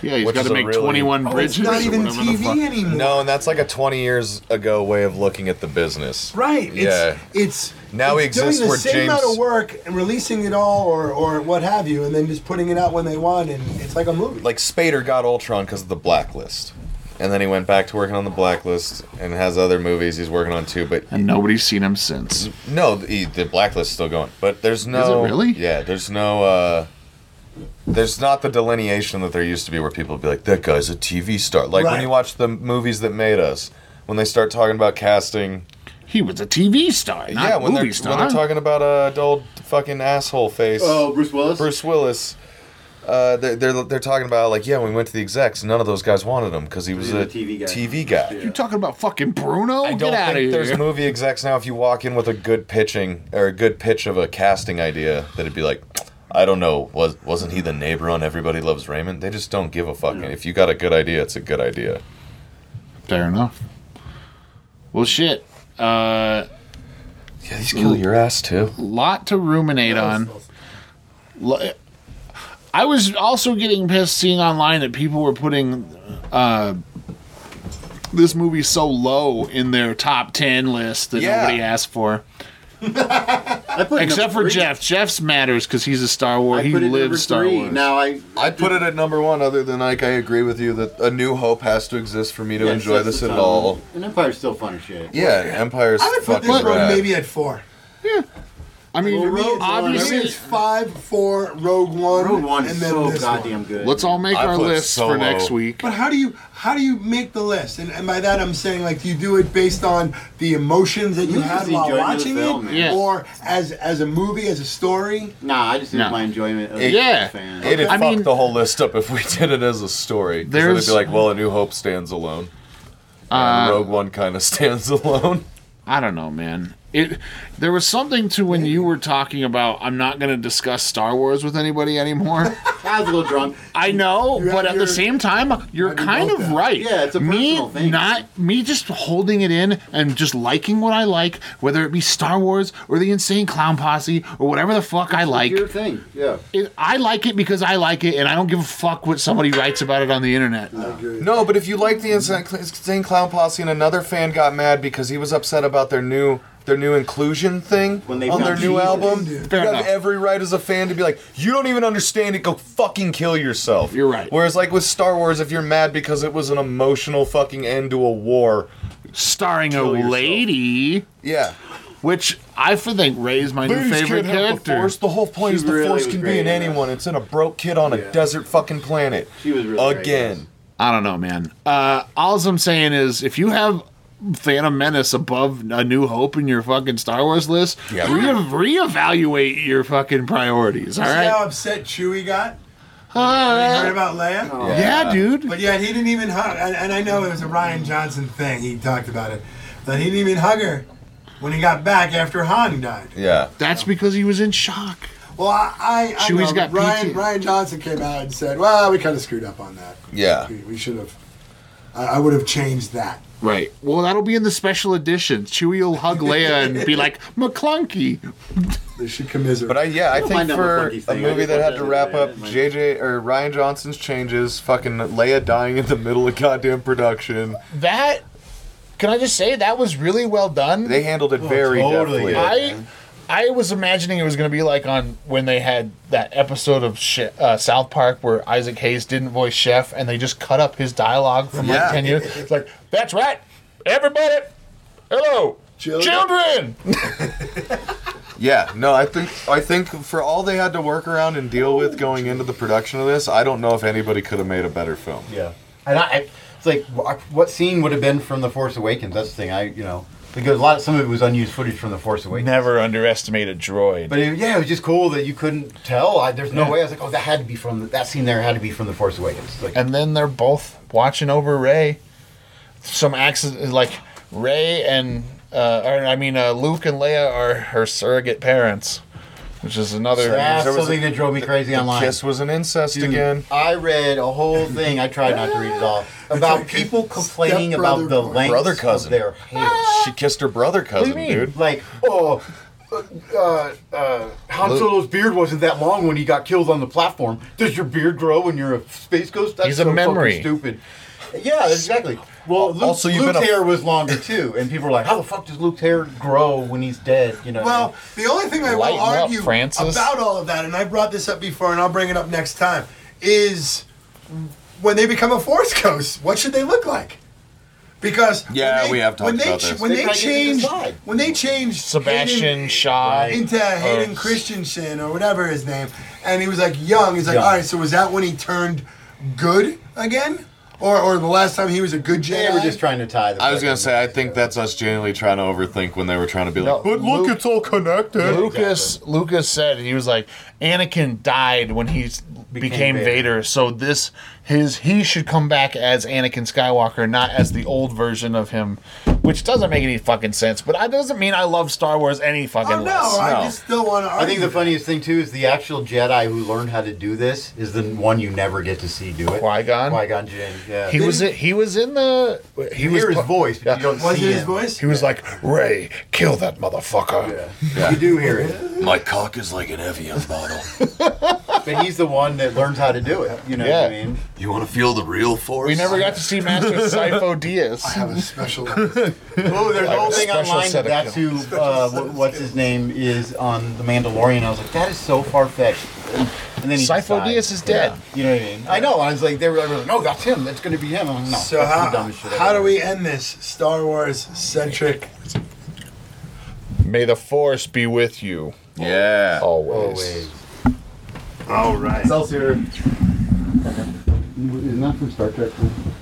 S4: Yeah, he's
S6: Which
S4: got
S6: is
S4: to
S6: a
S4: make
S6: really-
S4: 21
S7: Oh,
S4: bridges.
S7: it's not
S4: or
S7: even
S4: whatever the fuck.
S7: TV
S5: Mm.
S7: anymore.
S6: No, and that's like a 20 years ago way of looking at the business.
S7: Right.
S6: Yeah.
S7: It's, it's
S6: Now we
S7: it's doing
S6: exist
S7: the
S6: where
S7: same
S6: James-
S7: amount of work and releasing it all or, or what have you, and then just putting it out when they want, and it's like a movie.
S6: like Spader got Ultron because of the Blacklist, and then he went back to working on the Blacklist and has other movies he's working on too. But
S4: And nobody's seen him since.
S6: no, the, the Blacklist's still going. But there's no
S4: it really?
S6: Yeah, there's no. uh there's not the delineation that there used to be where people would be like, that guy's a TV star. Like when
S7: Right.
S6: you watch the movies that made us, when they start talking about casting,
S4: He was a TV star, not
S6: yeah,
S4: a
S6: when
S4: movie
S6: they're,
S4: star.
S6: when they're talking about uh, the old fucking asshole face,
S5: Oh, Bruce Willis.
S6: Bruce Willis. Uh, they're, they're they're talking about like yeah, when we went to the execs, none of those guys wanted him because he was
S5: He's
S6: a
S5: a TV guy.
S6: TV guy.
S4: you talking about fucking Bruno?
S6: I don't
S4: Get out
S6: think
S4: of
S6: there's
S4: here.
S6: movie execs now. If you walk in with a good pitching or a good pitch of a casting idea, that'd be like, I don't know, was wasn't he the neighbor on Everybody Loves Raymond? They just don't give a fuck. And if you got a good idea, it's a good idea.
S4: Fair enough. Well, shit. Uh,
S6: Yeah, these kill your ass too.
S4: lot to ruminate on. Lo- I was also getting pissed seeing online that people were putting uh, this movie so low in their top 10 list that
S6: Yeah.
S4: nobody asked for.
S5: I put
S4: Except
S5: number
S4: for
S5: three.
S4: Jeff. Jeff's matters because he's a Star Wars.
S5: I
S4: he
S5: put it number
S4: lives Star
S5: three.
S4: Wars.
S5: Now I
S6: I put it at number one. Other than like, I agree with you that A New Hope has to exist for me to
S5: yeah,
S6: enjoy
S5: Sets
S6: this
S5: the
S6: at
S5: Sun.
S6: all.
S5: And Empire's still fun as shit.
S6: Yeah, Empire's
S7: I would put
S6: fucking
S7: this one
S6: rad.
S7: maybe at four.
S4: I mean,
S5: Well, Rogue
S4: obviously,
S5: One-
S7: It's five, four, Rogue One,
S5: Rogue One
S7: and
S5: is
S7: then
S5: so
S7: this
S5: goddamn
S7: one.
S5: good.
S4: let's all make
S6: I
S4: our
S6: put
S4: lists
S6: so
S4: for next
S6: low.
S4: week.
S7: But how do you how do you make the list? And, and by that I'm saying like do you do it based on the emotions that you
S5: Just
S7: had
S5: the
S7: while
S5: enjoyment of the
S7: watching
S5: film,
S7: it,
S5: man.
S4: Yeah.
S7: or as as a movie, as a story?
S5: Nah, I just need
S4: No.
S5: my enjoyment. Of
S6: It-
S4: Yeah.
S5: Fan.
S6: It'd
S4: I
S6: fuck
S4: mean-
S6: the whole list up if we did it as a story. 'Cause then it'd
S4: There's- Uh,
S6: be like, well, A New Hope stands alone. And Rogue One kind of stands alone.
S4: I don't know, man. It there was something to when you were talking about I'm not going to discuss Star Wars with anybody anymore.
S5: I was a little drunk.
S4: I know,
S7: You have
S4: but at
S7: your-
S4: the same time, you're
S7: have your
S4: kind of
S7: meltdown.
S4: right.
S5: Yeah, it's a personal
S4: me
S5: thing.
S4: Not me just holding it in and just liking what I like, whether it be Star Wars or the Insane Clown Posse or whatever the fuck I like.
S5: Your thing. Yeah.
S4: It, I like it because I like it, and I don't give a fuck what somebody writes about it on the internet.
S6: No, but if you like the Insane Cl- Insane Clown Posse and another fan got mad because he was upset about their new their new inclusion thing
S5: When they
S6: on their
S5: found
S6: new
S5: Jesus.
S6: album,
S4: Fair
S6: you
S4: enough.
S6: have every right as a fan to be like, you don't even understand it. Go fucking kill yourself.
S4: You're right.
S6: Whereas like with Star Wars, if you're mad because it was an emotional fucking end to a war,
S4: Starring a
S6: Kill yourself.
S4: lady,
S6: yeah,
S4: which I think Ray's my new
S6: Ladies can't
S4: favorite
S6: have
S4: character.
S6: The, force. the whole point
S5: She
S6: is the
S5: really
S6: force
S5: was
S6: can
S5: great
S6: be in
S5: in that.
S6: anyone. It's in a broke kid on
S5: Yeah.
S6: a desert fucking planet.
S5: She was really great in
S6: again.
S4: I don't know, man. Uh, all I'm saying is, if you have Phantom Menace above A New Hope in your fucking Star Wars list,
S6: Yeah.
S4: re- reevaluate your fucking priorities. All
S7: See how
S4: right?
S7: upset Chewie got?
S4: Uh,
S7: Heard about Leia?
S4: yeah, dude.
S7: But yeah, he didn't even hug. And, and I know it was a Ryan Johnson thing. He talked about it, but he didn't even hug her when he got back after Han died.
S6: Yeah.
S4: That's because he was in shock.
S7: Well, I, I, I
S4: Chewie's
S7: know,
S4: got
S7: but Ryan
S4: PT.
S7: Ryan Johnson came out and said, "Well, we kind of screwed up on that.
S6: Yeah.
S7: We, we should have. I, I would have changed that."
S4: Right. Well, that'll be in the special edition. Chewie will hug Leia and be like, McClunky.
S7: They should commiserate.
S6: But I yeah, I think
S5: mind that
S6: for
S5: McClunky
S6: a
S5: thing. I
S6: movie
S5: just
S6: that
S5: watched
S6: had to
S5: that the other
S6: wrap
S5: day.
S6: up
S5: It might-
S6: JJ or Ryan Johnson's changes, fucking Leia dying in the middle of goddamn production.
S4: That, can I just say, that was really well done.
S6: They handled it very
S5: Oh, totally
S6: deftly.
S5: good.
S4: I I was imagining it was going to be like on when they had that episode of Sh- uh, South Park where Isaac Hayes didn't voice Chef and they just cut up his dialogue from
S6: Yeah.
S4: like 10 years. It's like, that's right, everybody, hello,
S7: Children."
S4: children.
S6: Yeah, no, I think I think for all they had to work around and deal with going into the production of this, I don't know if anybody could have made a better film.
S5: Yeah. And I, I it's like, wh- what scene would have been from The Force Awakens? That's the thing. I, you know, because a lot, some of it was unused footage from The Force Awakens.
S4: Never underestimate a droid.
S5: But it, yeah, it was just cool that you couldn't tell. I, there's no way. I was like, oh, that had to be from the, that scene. There had to be from The Force Awakens. Like,
S4: and then they're both watching over Ray. Some accident, like Ray and uh, or I mean uh, Luke and Leia are her surrogate parents.
S10: Which is another.
S5: That's
S10: there was a-
S5: something that drove me crazy
S10: the
S5: online.
S10: Kiss was an incest again.
S5: I read a whole thing. I tried not to read it all about people complaining about the length
S10: Brother cousin.
S5: of their hair.
S10: She kissed her brother cousin, dude.
S5: Like, oh, uh, uh, Han
S10: Luke.
S5: Solo's beard wasn't that long when he got killed on the platform. Does your beard grow when you're a space ghost? That's
S10: He's a
S5: so fucking
S10: memory.
S5: Stupid. Yeah, exactly. Well, Luke,
S10: Also, you've been
S5: Luke's
S10: a-
S5: hair was longer too, and people were like, "How the fuck does Luke's hair grow when he's dead?" You know.
S7: Well, the only thing I will
S10: Lighten up,
S7: argue
S10: Francis.
S7: about all of that, and I brought this up before, and I'll bring it up next time, is when they become a force ghost, what should they look like? Because when
S10: Yeah,
S7: they-
S10: we have talked
S7: when they,
S10: about
S7: ch-
S10: this.
S7: When
S5: They
S7: they,
S5: tried to get it to
S7: changed,
S5: slide.
S7: when they changed
S10: Sebastian
S7: Hayden-
S10: Shaw.
S7: into Hayden
S10: or-
S7: Christensen or whatever his name, and he was like young. He's like,
S5: Young.
S7: all right, so was that when he turned good again, or or the last time he was a good Jedi?
S5: they were just trying to tie the.
S10: I was
S5: fucking-
S10: gonna say, I think that's us genuinely trying to overthink when they were trying to be
S4: No,
S10: like, "But look,
S4: Luke-
S10: it's all connected."
S4: Lucas Lucas said he was like Anakin died when he s- became, Vader.
S5: Vader.
S4: so this his he should come back as Anakin Skywalker, not as the old version of him, which doesn't make any fucking sense. But that doesn't mean I love Star Wars any fucking
S7: Oh no,
S4: less.
S7: I
S10: No.
S7: just still want to.
S5: I think the funniest thing too is the actual Jedi who learned how to do this is the one you never get to see do it.
S4: Qui-Gon?
S5: Qui Gon Jinn. Yeah.
S4: He was it. He was in the. He
S5: You
S4: was.
S5: hear his
S4: pa-
S5: voice, but you don't
S7: was
S5: see
S7: it his
S5: him.
S7: voice?
S4: He was like Ray, kill that motherfucker.
S5: You do hear it,
S10: My cock is like an Evian bottle.
S5: but he's the one that learns how to do it. You know what
S4: Yeah.
S5: I mean?
S10: You want to feel the real force?
S4: We never got to see Master Sifo Dyas.
S7: I have a special.
S5: Oh, there's a whole thing
S4: special
S5: online.
S4: set
S5: that
S4: of
S5: That's who. Uh, wh- what's his name is on The Mandalorian. I was like, that is so far fetched. And then he
S4: Sifo
S5: died.
S4: Dyas is dead.
S5: You know what I mean? I know. I was like, they were, they were like, no, that's him. That's going to be him. I'm like, no,
S7: so
S5: that's the
S7: how,
S5: dumbest shit I've
S7: how do
S5: ever
S7: we end this Star Wars centric?
S4: May the Force be with you
S10: Yeah.
S4: always.
S5: Always.
S7: All right.
S5: Isn't that from Star Trek?